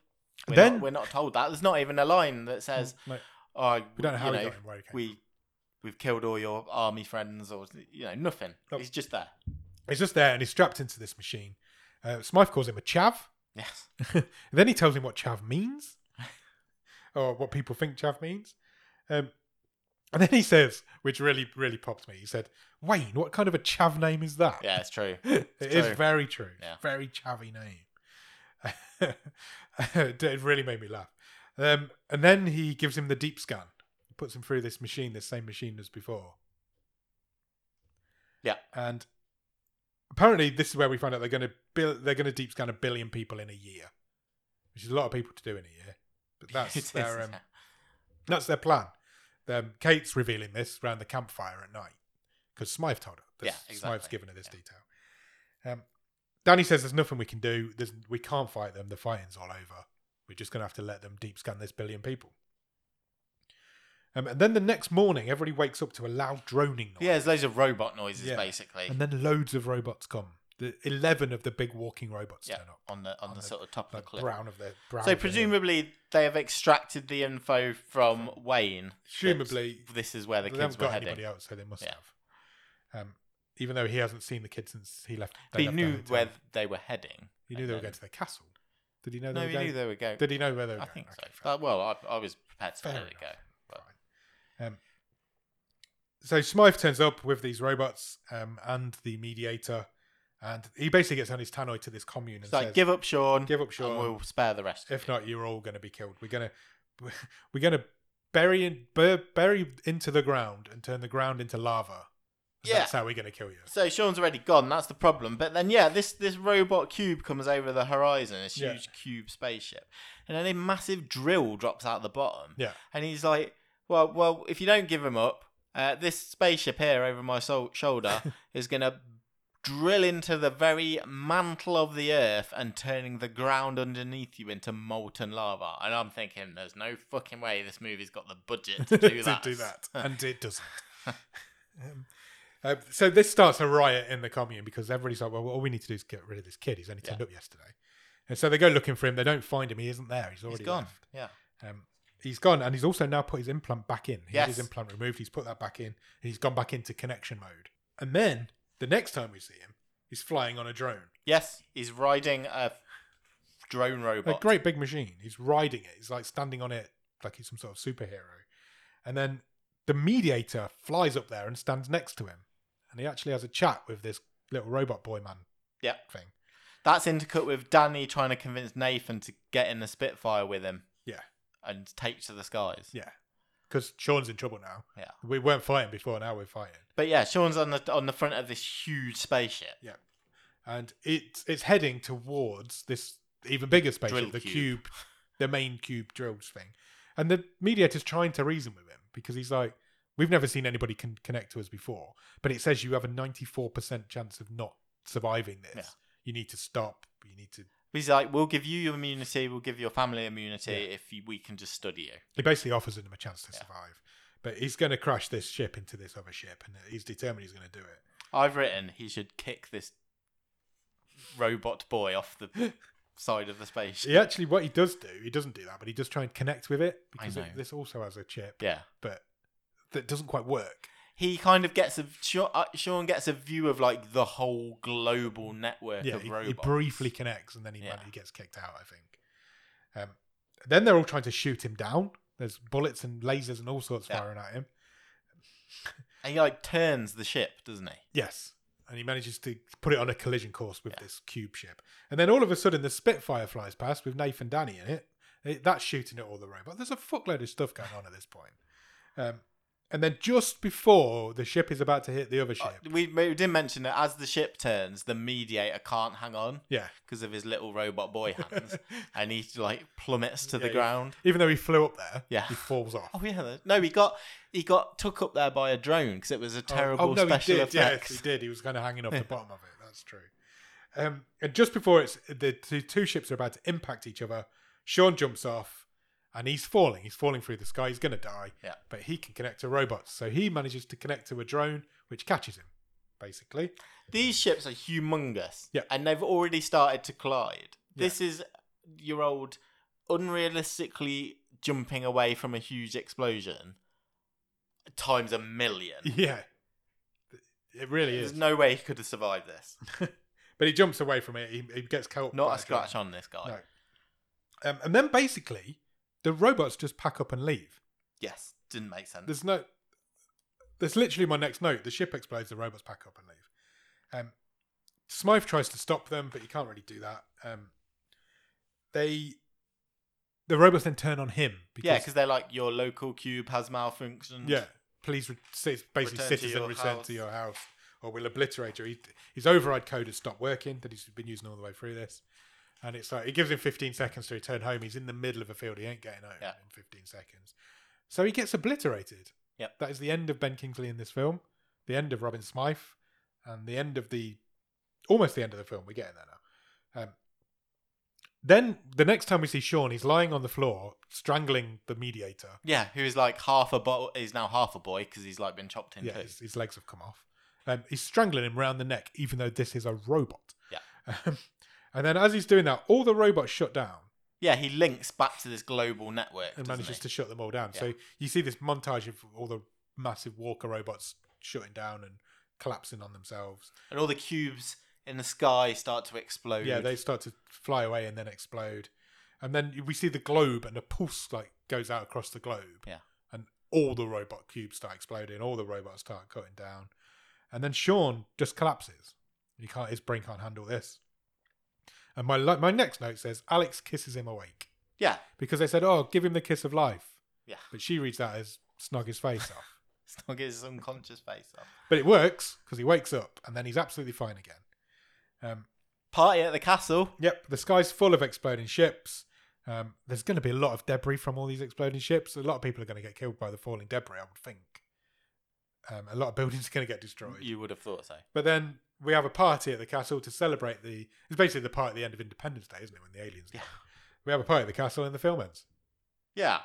B: We're
A: Then-
B: not, we're not told that. There's not even a line that says,
A: Like,
B: "Oh,
A: we don't know how
B: you
A: he got him. Where he came.
B: we we've killed all your army friends," or you know, nothing.
A: Nope.
B: He's just there.
A: from. He's just there and he's strapped into this machine. Uh, Smythe calls him a chav.
B: Yes.
A: then he tells him what chav means, or what people think chav means. Um, and then he says, which really really popped me. He said, "Wayne, what kind of a chav name is that?"
B: Yeah, it's true.
A: It is
B: true.
A: very true.
B: Yeah.
A: Very chavvy name. it really made me laugh. Um, and then he gives him the deep scan, puts him through this machine, the same machine as before.
B: Yeah.
A: And apparently, this is where we find out they're going to build. They're going to deep scan a billion people in a year, which is a lot of people to do in a year. But
B: It
A: that's
B: is,
A: their um,
B: yeah.
A: that's their plan. Um, Kate's revealing this around the campfire at night because Smythe told her. This,
B: Yeah,
A: Smythe's
B: exactly.
A: given her this
B: Yeah.
A: detail. Um, Danny says there's nothing we can do. There's, we can't fight them. The fighting's all over. We're just going to have to let them deep scan this billion people. Um, and then the next morning, everybody wakes up to a loud droning noise.
B: Yeah, there's loads of robot noises
A: Yeah.
B: basically.
A: And then loads of robots come. The eleven of the big walking robots
B: yeah,
A: turn up,
B: on the on, the,
A: the-
B: sort of top of
A: like
B: the cliff.
A: brown of their brown.
B: So
A: of their-
B: presumably they have extracted the info from Wayne. that
A: Presumably,
B: this is where
A: they
B: the kids
A: haven't
B: were
A: got
B: heading.
A: anybody else, so they must
B: Yeah.
A: have. Um, even though he hasn't seen the kids since he left,
B: But
A: they
B: he
A: left the
B: knew
A: hotel.
B: where they were heading.
A: he knew
B: and
A: they were
B: then-
A: going to the castle. Did he know they
B: No,
A: were
B: he
A: going?
B: knew they were going.
A: Did he know where they were
B: I
A: going?
B: think so.
A: Okay, fair
B: Uh, well, I, I was prepared to
A: Fair
B: let it
A: enough.
B: go. But
A: Fine. Um, so Smythe turns up with these robots um, and the mediator, and he basically gets on his tannoy to this commune and
B: it's like,
A: says,
B: give up, Sean.
A: give up, Sean.
B: And we'll spare the rest.
A: If not, you're all going to be killed. We're going to we're going to bury in, bur- bury into the ground and turn the ground into lava. And
B: Yeah.
A: that's how we're going to kill you.
B: So Sean's already gone. That's the problem. But then, yeah, this this robot cube comes over the horizon. This
A: Yeah.
B: huge cube spaceship, and then a massive drill drops out the bottom.
A: Yeah.
B: And he's like, "Well, well, if you don't give him up, uh, this spaceship here over my so- shoulder is gonna." Drill into the very mantle of the earth and turning the ground underneath you into molten lava. And I'm thinking, there's no fucking way this movie's got the budget to do that.
A: to do that, and it doesn't. um, uh, so this starts a riot in the commune because everybody's like, "Well, all we need to do is get rid of this kid. He's only turned up yesterday." And so they go looking for him. They don't find him. He isn't there. He's already
B: He's gone.
A: left.
B: Yeah.
A: Um, he's gone, and he's also now put his implant back in. He had his
B: Yes.
A: implant removed. He's put that back in, and he's gone back into connection mode. And then the next time we see him, he's flying on a drone,
B: Yes, he's riding a drone
A: a
B: robot.
A: great big machine. He's riding it. He's like standing on it like he's some sort of superhero. And then the mediator flies up there and stands next to him, and he actually has a chat with this little robot boy man
B: Yeah.
A: thing.
B: That's intercut with Danny trying to convince Nathan to get in the Spitfire with him.
A: Yeah.
B: And take to the skies.
A: Yeah, because Sean's in trouble now.
B: Yeah.
A: we weren't fighting before. Now we're fighting.
B: But yeah, Sean's on the on the front of this huge spaceship.
A: and it's it's heading towards this even bigger spaceship,
B: Drill
A: the
B: cube.
A: cube, the main cube drills thing, and the mediator's trying to reason with him because he's like, "We've never seen anybody con- connect to us before, but it says you have a ninety-four percent chance of not surviving this.
B: Yeah.
A: You need to stop. You need to."
B: He's like, "We'll give you your immunity. We'll give your family immunity
A: Yeah.
B: if you, we can just study you."
A: He basically offers him a chance to
B: Yeah.
A: survive, but he's going to crash this ship into this other ship, and he's determined he's going to do it.
B: I've written he should kick this robot boy off the side of the spaceship.
A: He actually, what he does do, he doesn't do that, but he does try and connect with it
B: I
A: because it,
B: know.
A: this also has a chip,
B: Yeah.
A: but that doesn't quite work.
B: he kind of gets a Sean, uh, Sean gets a view of like the whole global network
A: yeah,
B: of
A: he,
B: robots.
A: he briefly connects and then he,
B: Yeah.
A: he gets kicked out, I think. Um, then they're all trying to shoot him down. There's bullets and lasers and all sorts
B: Yeah.
A: firing at him.
B: and he like turns the ship, doesn't he?
A: Yes. And he manages to put it on a collision course with
B: Yeah.
A: this cube ship. And then all of a sudden, the Spitfire flies past with Nathan Danny in it. It- That's shooting at all the robots. There's a fuckload of stuff going on at this point. Um, and then just before the ship is about to hit the other ship,
B: Uh, we, we did mention that as the ship turns, the mediator can't hang on
A: yeah,
B: because of his little robot boy hands, and he like plummets to
A: Yeah,
B: the
A: he-
B: ground.
A: even though he flew up there,
B: Yeah.
A: he falls off.
B: Oh yeah, the- no, he got he got took up there by a drone because it was a terrible
A: oh, no,
B: special
A: he did.
B: effects.
A: Yes, he did. He was kind of hanging off
B: Yeah.
A: the bottom of it. That's true. Um, and just before it's the two, two ships are about to impact each other, Sean jumps off and he's falling. He's falling through the sky. He's going to die.
B: Yeah.
A: But he can connect to robots, so he manages to connect to a drone, which catches him. Basically,
B: These ships are humongous,
A: Yeah.
B: and they've already started to collide.
A: Yeah.
B: This is your old unrealistically jumping away from a huge explosion times a million.
A: yeah, it really
B: There's
A: is.
B: no way he could have survived this.
A: but he jumps away from it. He, he gets caught. by
B: Not a
A: drone.
B: scratch on this guy.
A: No. Um, and then basically, the robots just pack up and leave.
B: Yes, didn't make sense.
A: There's no. That's literally my next note. The ship explodes. The robots pack up and leave. Um, Smythe tries to stop them, but he can't really do that. Um, they, the robots then turn on him
B: Yeah,
A: because
B: because they're like your local cube has malfunctioned.
A: yeah, please, re- say it's basically
B: Return to
A: citizen,
B: your
A: return
B: house.
A: to your house, or we'll obliterate you. He, his override code has stopped working that he's been using all the way through this, and it's like it gives him 15 seconds to return home. He's in the middle of a field. He ain't getting home
B: Yeah.
A: in 15 seconds, so he gets obliterated.
B: Yep.
A: that is the end of Ben Kingsley in this film, the end of Robin Smythe, and the end of the almost the end of the film. We're getting there now. Um, Then the next time we see Sean, he's lying on the floor, strangling the mediator.
B: Yeah, who is like half a boy? Is now half a boy because he's like been chopped in
A: Yeah,
B: two.
A: his, his legs have come off. Um, he's strangling him round the neck, even though this is a robot.
B: Yeah.
A: Um, and then as he's doing that, all the robots shut down.
B: Yeah, he links back to this global network
A: and
B: doesn't
A: manages
B: he?
A: to shut them all down. So you see this montage of all the massive walker robots shutting down and collapsing on themselves.
B: and all the cubes in the sky start to explode.
A: Yeah, they start to fly away and then explode. And then we see the globe and a pulse like goes out across the globe.
B: Yeah.
A: And all the robot cubes start exploding, all the robots start cutting down. And then Sean just collapses. He can't his brain can't handle this. And my li- my next note says Alex kisses him awake.
B: yeah,
A: Because they said, Oh, give him the kiss of life.
B: Yeah.
A: But she reads that as snog his face off.
B: it's not get his unconscious face off.
A: But it works because he wakes up and then he's absolutely fine again. Um,
B: Party at the castle.
A: yep, the sky's full of exploding ships. Um, there's going to be a lot of debris from all these exploding ships. A lot of people are going to get killed by the falling debris, I would think. Um, a lot of buildings are going to get destroyed.
B: You would have thought so.
A: But then we have a party at the castle to celebrate the. It's basically the party at the end of Independence Day, isn't it? When the aliens.
B: Yeah.
A: We have a party at the castle and the film ends.
B: Yeah.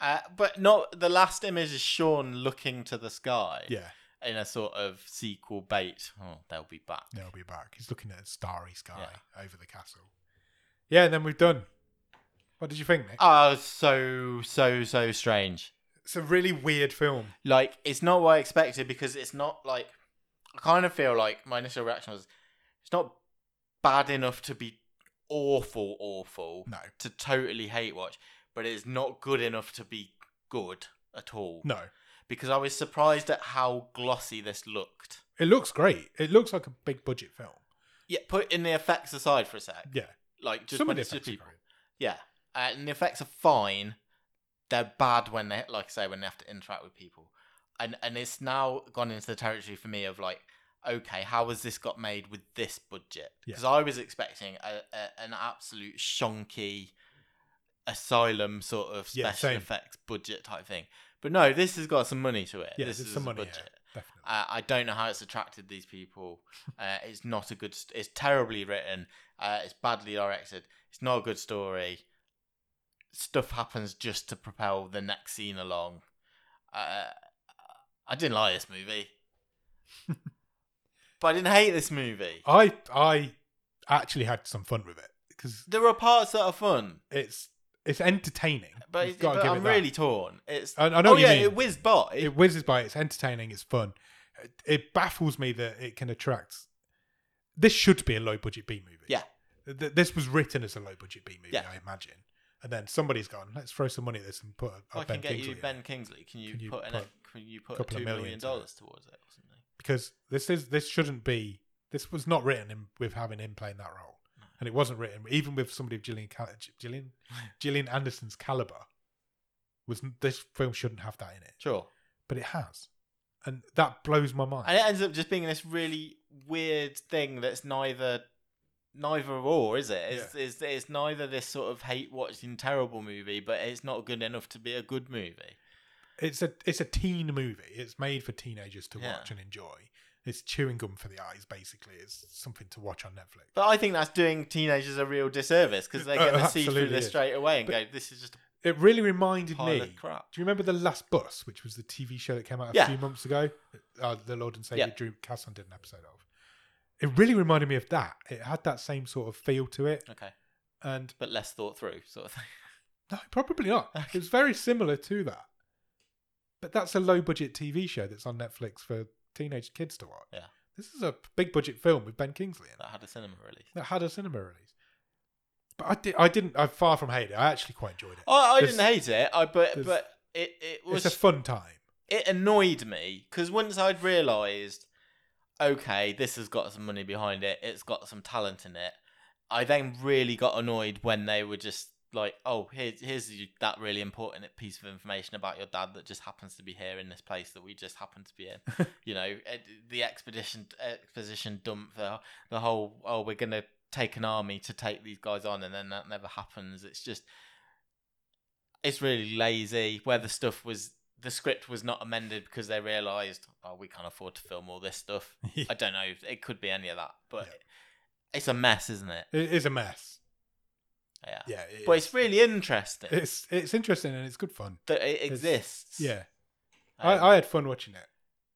B: Uh, but not the last image is Sean looking to the sky
A: Yeah,
B: in a sort of sequel bait. Oh, they'll be back.
A: they'll be back. He's looking at a starry sky over the castle. Yeah, and then we've done. What did you think, Nick?
B: Oh, so so so strange.
A: It's a really weird film.
B: Like it's not what I expected because it's not like I kind of feel like my initial reaction was it's not bad enough to be awful awful
A: No,
B: to totally hate watch, but it's not good enough to be good at all.
A: no.
B: Because I was surprised at how glossy this looked.
A: It looks great. It looks like a big budget film.
B: Yeah, putting the effects aside for a sec.
A: Yeah,
B: Like just
A: some
B: when
A: of the
B: it's just
A: effects are
B: people.
A: great.
B: Yeah, uh, and the effects are fine. They're bad when they, like I say, when they have to interact with people, and and it's now gone into the territory for me of like, okay, how has this got made with this budget?
A: Yeah.
B: Because I was expecting a, a, an absolute shonky asylum sort of
A: Yeah,
B: special
A: same.
B: effects budget type thing, but no, this has got some money to it.
A: Yeah,
B: this
A: there's
B: is
A: some
B: a
A: money.
B: budget.
A: Yeah, definitely.
B: Uh, I don't know how it's attracted these people. Uh, it's not a good. St- it's terribly written. Uh, it's badly directed. It's not a good story. Stuff happens just to propel the next scene along. Uh, I didn't like this movie, but I didn't hate this movie.
A: I I actually had some fun with it because
B: There are parts that are fun,
A: it's it's entertaining.
B: but,
A: You've
B: it-
A: gotta
B: but
A: give
B: I'm
A: it that.
B: really torn. It's
A: I, I know
B: oh
A: what you
B: yeah,
A: mean.
B: it whizzed by.
A: it whizzes by. It's entertaining. It's fun. It, it baffles me that it can attract. This should be a low budget B movie.
B: Yeah.
A: Th- this was written as a low budget B movie,
B: Yeah.
A: I imagine. And then somebody's gone. Let's throw some money at this and put a, a
B: I
A: oh, Ben
B: can get
A: Kingsley
B: you
A: in it."
B: Ben Kingsley. Can you,
A: Can you
B: put, an,
A: put
B: can you put
A: couple of
B: two
A: million
B: million
A: to it?
B: dollars towards it or something?
A: because this is this shouldn't be this was not written in, with having him playing that role, and it wasn't written even with somebody of Gillian Cal- G- Gillian Gillian Anderson's caliber. Was this film shouldn't have that in it,
B: Sure.
A: but it has, and that blows my mind.
B: and it ends up just being this really weird thing that's neither neither or is it it's, it's, it's neither this sort of hate watching terrible movie but it's not good enough to be a good movie
A: it's a it's a teen movie. It's made for teenagers to
B: Yeah.
A: watch and enjoy. It's chewing gum for the eyes, basically. It's something to watch on Netflix.
B: but i think that's doing teenagers a real disservice because they're
A: Oh,
B: going to see through
A: absolutely
B: this
A: is.
B: straight away and
A: But-
B: go this is just a
A: It really reminded
B: pile
A: me.
B: of crap
A: Do you remember The Last Bus, which was the TV show that came out a
B: Yeah.
A: few months ago? Uh, the Lord and Savior
B: Yeah.
A: Drew Casson did an episode of. It really reminded me of that. It had that same sort of feel to it.
B: okay
A: And
B: but less thought through sort of thing
A: no, probably not. It was very similar to that. But that's a low budget TV show that's on Netflix for teenage kids to watch.
B: Yeah.
A: This is a big budget film with Ben Kingsley in it
B: that had a cinema release
A: that had a cinema release. But I, did, I didn't, I far from hate it. I actually quite enjoyed it.
B: i, I
A: There's-
B: didn't hate it i but
A: there's-
B: but it, Oh, it was
A: it's a fun time.
B: it annoyed me because once I'd realised, okay, this has got some money behind it, it's got some talent in it. I then really got annoyed when they were just like, oh, here's here's you- that really important piece of information about your dad that just happens to be here in this place that we just happen to be in. you know, ed- the expedition exposition dump, the the whole oh, we're gonna take an army to take these guys on, and then that never happens. It's just it's really lazy where the stuff was the script was not amended because they realized oh we can't afford to film all this stuff i don't know it could be any of that but
A: Yeah.
B: it's a mess isn't it
A: It is a mess.
B: Yeah.
A: Yeah, it
B: But
A: is.
B: it's really interesting
A: it's it's interesting and it's good fun.
B: that it exists.
A: Yeah,
B: Um,
A: I, I had fun watching it.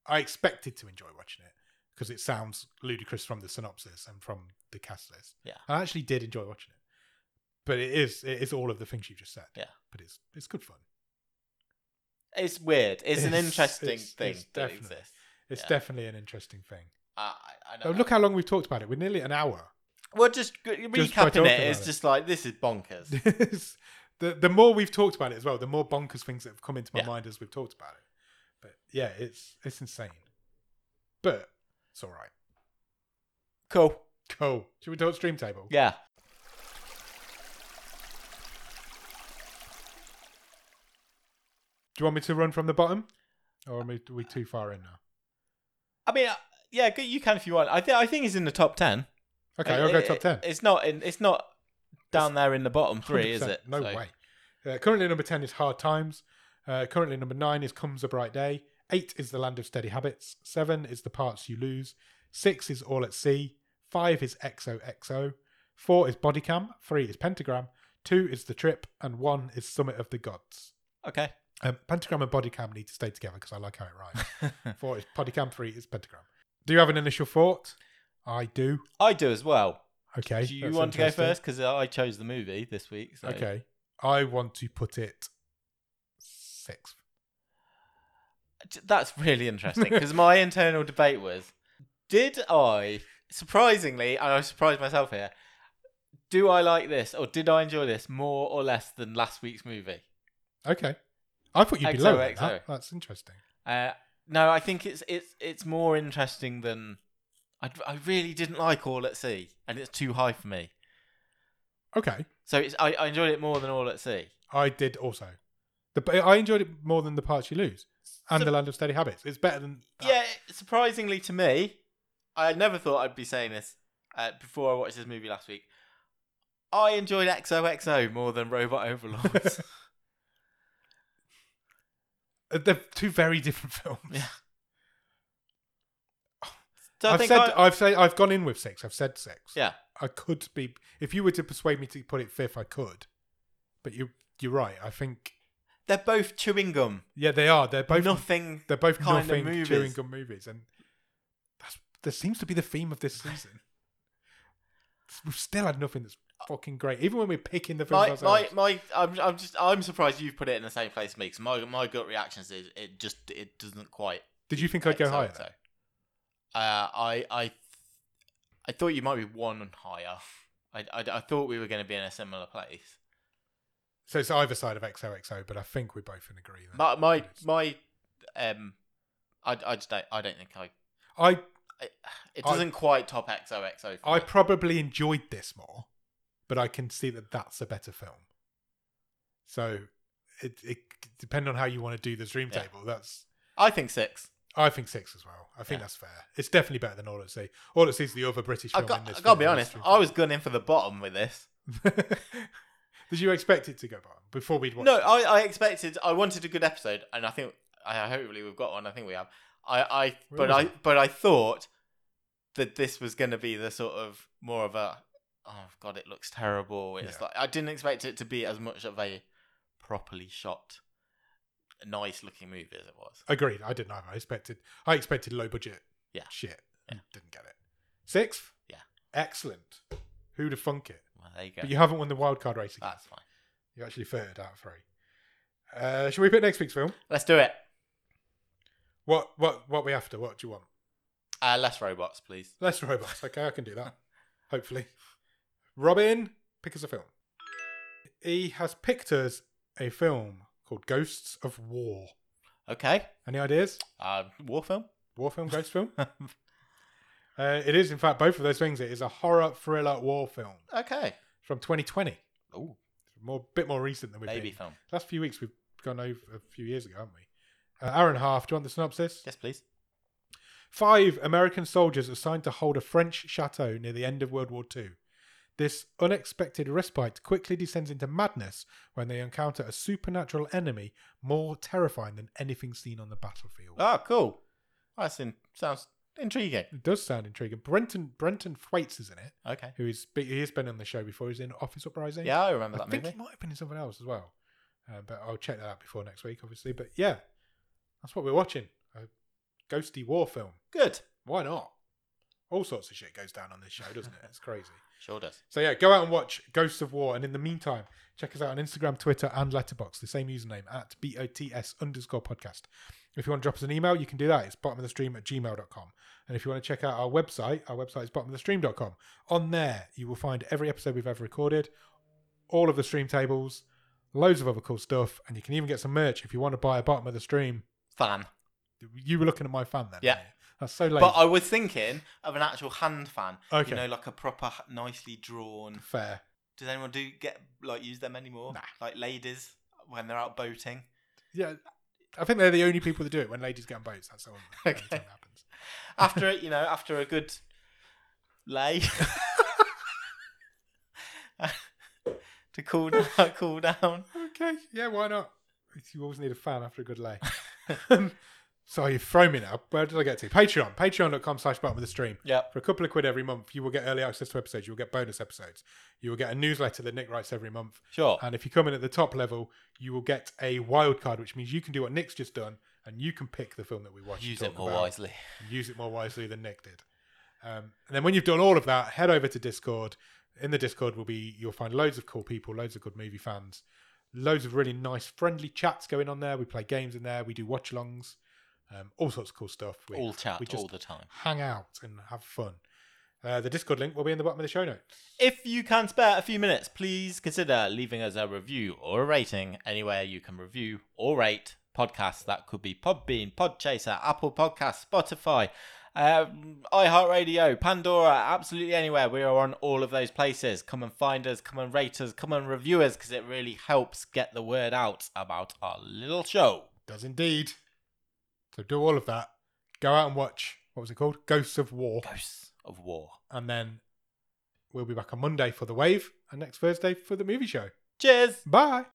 A: I expected to enjoy watching it because it sounds ludicrous from the synopsis and from the cast list.
B: Yeah.
A: I actually did enjoy watching it, but it is it is all of the things you just said.
B: Yeah.
A: but it's it's good fun.
B: it's weird. It's, an
A: It's-
B: interesting
A: it's-
B: thing
A: it's
B: that
A: definitely-
B: exists.
A: It's
B: Yeah. Uh,
A: definitely an interesting thing.
B: I, I I
A: Oh,
B: know.
A: look how long we've talked about it. We're nearly an hour.
B: well, just g-
A: by
B: recapping
A: talking
B: it is
A: about it.
B: just like this is bonkers.
A: It's- the the more we've talked about it as well, the more bonkers things that have come into my
B: Yeah.
A: mind as we've talked about it. But yeah, it's it's insane. But it's all right.
B: cool.
A: Cool. Should we talk stream table?
B: Yeah.
A: Do you want me to run from the bottom, or are we, are we too far in now?
B: I mean, uh, yeah, go- you can if you want. I think I think it's in the top ten.
A: Okay,
B: It-
A: I'll go
B: it-
A: top ten.
B: It's not. In, it's not down there in the bottom uh, three, is
A: 100%.
B: it?
A: No
B: So-
A: way. Uh, currently, number 10 is Hard Times. Uh, currently, number 9 is Comes a Bright Day. 8 is The Land of Steady Habits. 7 is The Parts You Lose. 6 is All at Sea. 5 is XOXO. 4 is Bodycam. 3 is Pentagram. 2 is The Trip. And 1 is Summit of the Gods.
B: Okay.
A: Um, pentagram and Bodycam need to stay together because I like how it rhymes. 4 is Bodycam. 3 is Pentagram. Do you have an initial thought? I do.
B: I do as well.
A: Okay.
B: do you
A: that's
B: want to go
A: interesting.
B: first? Because I chose the movie this week. So.
A: Okay. I want to put it sixth.
B: T- That's really interesting because my internal debate was: Did I surprisingly, and I surprised myself here, do I like this or did I enjoy this more or less than last week's movie?
A: Okay. I thought you'd be lower than
B: XOXO.
A: that. That's interesting.
B: Uh, no, I think it's it's it's more interesting than I, I really didn't like All at Sea, and it's too high for me.
A: Okay.
B: So it's, I, I enjoyed it more than All at Sea.
A: I did also. The but I enjoyed it more than the parts you lose and the land of steady habits. It's better than that.
B: Yeah, surprisingly to me, I never thought I'd be saying this uh, before I watched this movie last week. I enjoyed XOXO more than Robot Overlords.
A: Uh, They're two very different films.
B: Yeah. so I
A: I've
B: think
A: said
B: I,
A: I... have said I've gone in with six. I've said six.
B: yeah,
A: I could be if you were to persuade me to put it fifth, I could. But you you're right. I think
B: they're both chewing gum,
A: yeah, they are. They're both
B: nothing.
A: They're both
B: kind of
A: nothing
B: movies.
A: chewing gum movies, and that's there seems to be the theme of this season. We've still had nothing that's fucking great, even when we're picking the films
B: My, my,
A: ourselves.
B: my, I'm, I'm just, I'm surprised you've put it in the same place as me because my, my gut reaction is it just, it doesn't quite.
A: Did you think I'd go higher?
B: XOXO. Uh, I, I, I thought you might be one higher. I, I, I thought we were going to be in a similar place.
A: So it's either side of XOXO, but I think we're both in agreement.
B: My my my um, I, I just don't I don't think I
A: I
B: it
A: I-
B: doesn't quite top XOXO. for
A: I
B: me.
A: probably enjoyed this more, but I can see that that's a better film. So it it depends on how you want to do the dream
B: Yeah.
A: table. That's
B: I think six.
A: I think six as well. I think that's fair. It's definitely better than All at Sea. All at Sea is the other British
B: I
A: film. in
B: got
A: this
B: I
A: film,
B: gotta be
A: in this
B: honest.
A: dream
B: I
A: table.
B: was gunning for the bottom with this.
A: Did you expect it to go bottom before we'd watched
B: No,
A: it?
B: I, I expected I wanted a good episode, and I think I hopefully we've got one. I think we have. I I
A: Where
B: but
A: was
B: I
A: it?
B: but I thought that this was going to be the sort of more of a oh god it looks terrible. It's
A: Yeah.
B: like I didn't expect it to be as much of a properly shot, nice looking movie as it was.
A: Agreed. I didn't either. I expected I expected low budget
B: Yeah.
A: shit.
B: Yeah.
A: Didn't get it. Sixth?
B: Yeah.
A: Excellent. Who'd have thunk it?
B: Well, there you go.
A: But you haven't won the wild card race again.
B: That's fine.
A: You're actually third out of three. Uh, shall we pick next week's film?
B: Let's do it.
A: What what what we after? What do you want?
B: Uh, less robots, please.
A: Less robots. Okay, I can do that. Hopefully. Robin, pick us a film. He has picked us a film called Ghosts of War.
B: Okay.
A: Any ideas?
B: Uh, war film.
A: War film, ghost film? Uh, it is, in fact, both of those things. It is a horror thriller war film
B: okay.
A: from 2020.
B: Oh,
A: More, bit more recent than we've
B: baby
A: been.
B: film.
A: Last few weeks we've gone over a few years ago, haven't we? Uh, hour and a half. Do you want the synopsis?
B: Yes, please.
A: Five American soldiers assigned to hold a French chateau near the end of World War II. This unexpected respite quickly descends into madness when they encounter a supernatural enemy more terrifying than anything seen on the battlefield.
B: Oh, cool. Well, Ah, That's in, sounds Intriguing.
A: It does sound intriguing. Brenton Brenton Thwaites is in it,
B: Okay.
A: who is he has been on the show before. He's in Office Uprising.
B: Yeah, I remember
A: I
B: that
A: think
B: movie.
A: he might have been in something else as well. Uh, but I'll check that out before next week, obviously. But yeah, that's what we're watching. A ghosty war film.
B: Good.
A: Why not? All sorts of shit goes down on this show, doesn't it? It's crazy.
B: Sure does.
A: So yeah, go out and watch Ghosts of War, and in the meantime, check us out on Instagram, Twitter, and Letterbox. The same username at bots underscore podcast. If you want to drop us an email, you can do that. It's bottom of the stream at gmail.com. And if you want to check out our website, our website is bottom of the stream.com. On there, you will find every episode we've ever recorded, all of the stream tables, loads of other cool stuff, and you can even get some merch if you want to buy a bottom of the stream.
B: Fan.
A: You were looking at my fan then.
B: Yeah.
A: weren't you? That's so late.
B: But I was thinking of an actual hand fan.
A: Okay.
B: You know, like a proper, h- nicely drawn.
A: Fair.
B: Does anyone do get like use them anymore?
A: Nah.
B: Like ladies when they're out boating.
A: Yeah. I think they're the only people that do it when ladies get on boats. That's the only the only
B: Okay.
A: time it happens.
B: After it, you know, after a good lay to cool down, cool down.
A: Okay, yeah, why not? You always need a fan after a good lay. um, so you throw me now. Where did I get to? Patreon. Patreon.com slash bottom of the stream.
B: Yep.
A: For a couple of quid every month, you will get early access to episodes. You will get bonus episodes. You will get a newsletter that Nick writes every month.
B: Sure.
A: And if you come in at the top level, you will get a wild card, which means you can do what Nick's just done and you can pick the film that we watch. and
B: Use
A: talk
B: it more
A: about
B: wisely.
A: use it more wisely than Nick did. Um, and then when you've done all of that, head over to Discord. In the Discord will be you'll find loads of cool people, loads of good movie fans, loads of really nice friendly chats going on there. We play games in there, we do watch alongs, um, all sorts of cool stuff. We
B: all chat
A: we just-
B: all the time.
A: hang out and have fun. Uh, the Discord link will be in the bottom of the show notes.
B: If you can spare a few minutes, please consider leaving us a review or a rating anywhere you can review or rate podcasts. That could be Podbean, Podchaser, Apple Podcasts, Spotify, um, iHeartRadio, Pandora, absolutely anywhere. We are on all of those places. Come and find us, come and rate us, come and review us because it really helps get the word out about our little show.
A: Does indeed. So do all of that. Go out and watch what was it called? Ghosts of War.
B: Ghosts of War.
A: And then we'll be back on Monday for the wave and next Thursday for the movie show.
B: Cheers!
A: Bye.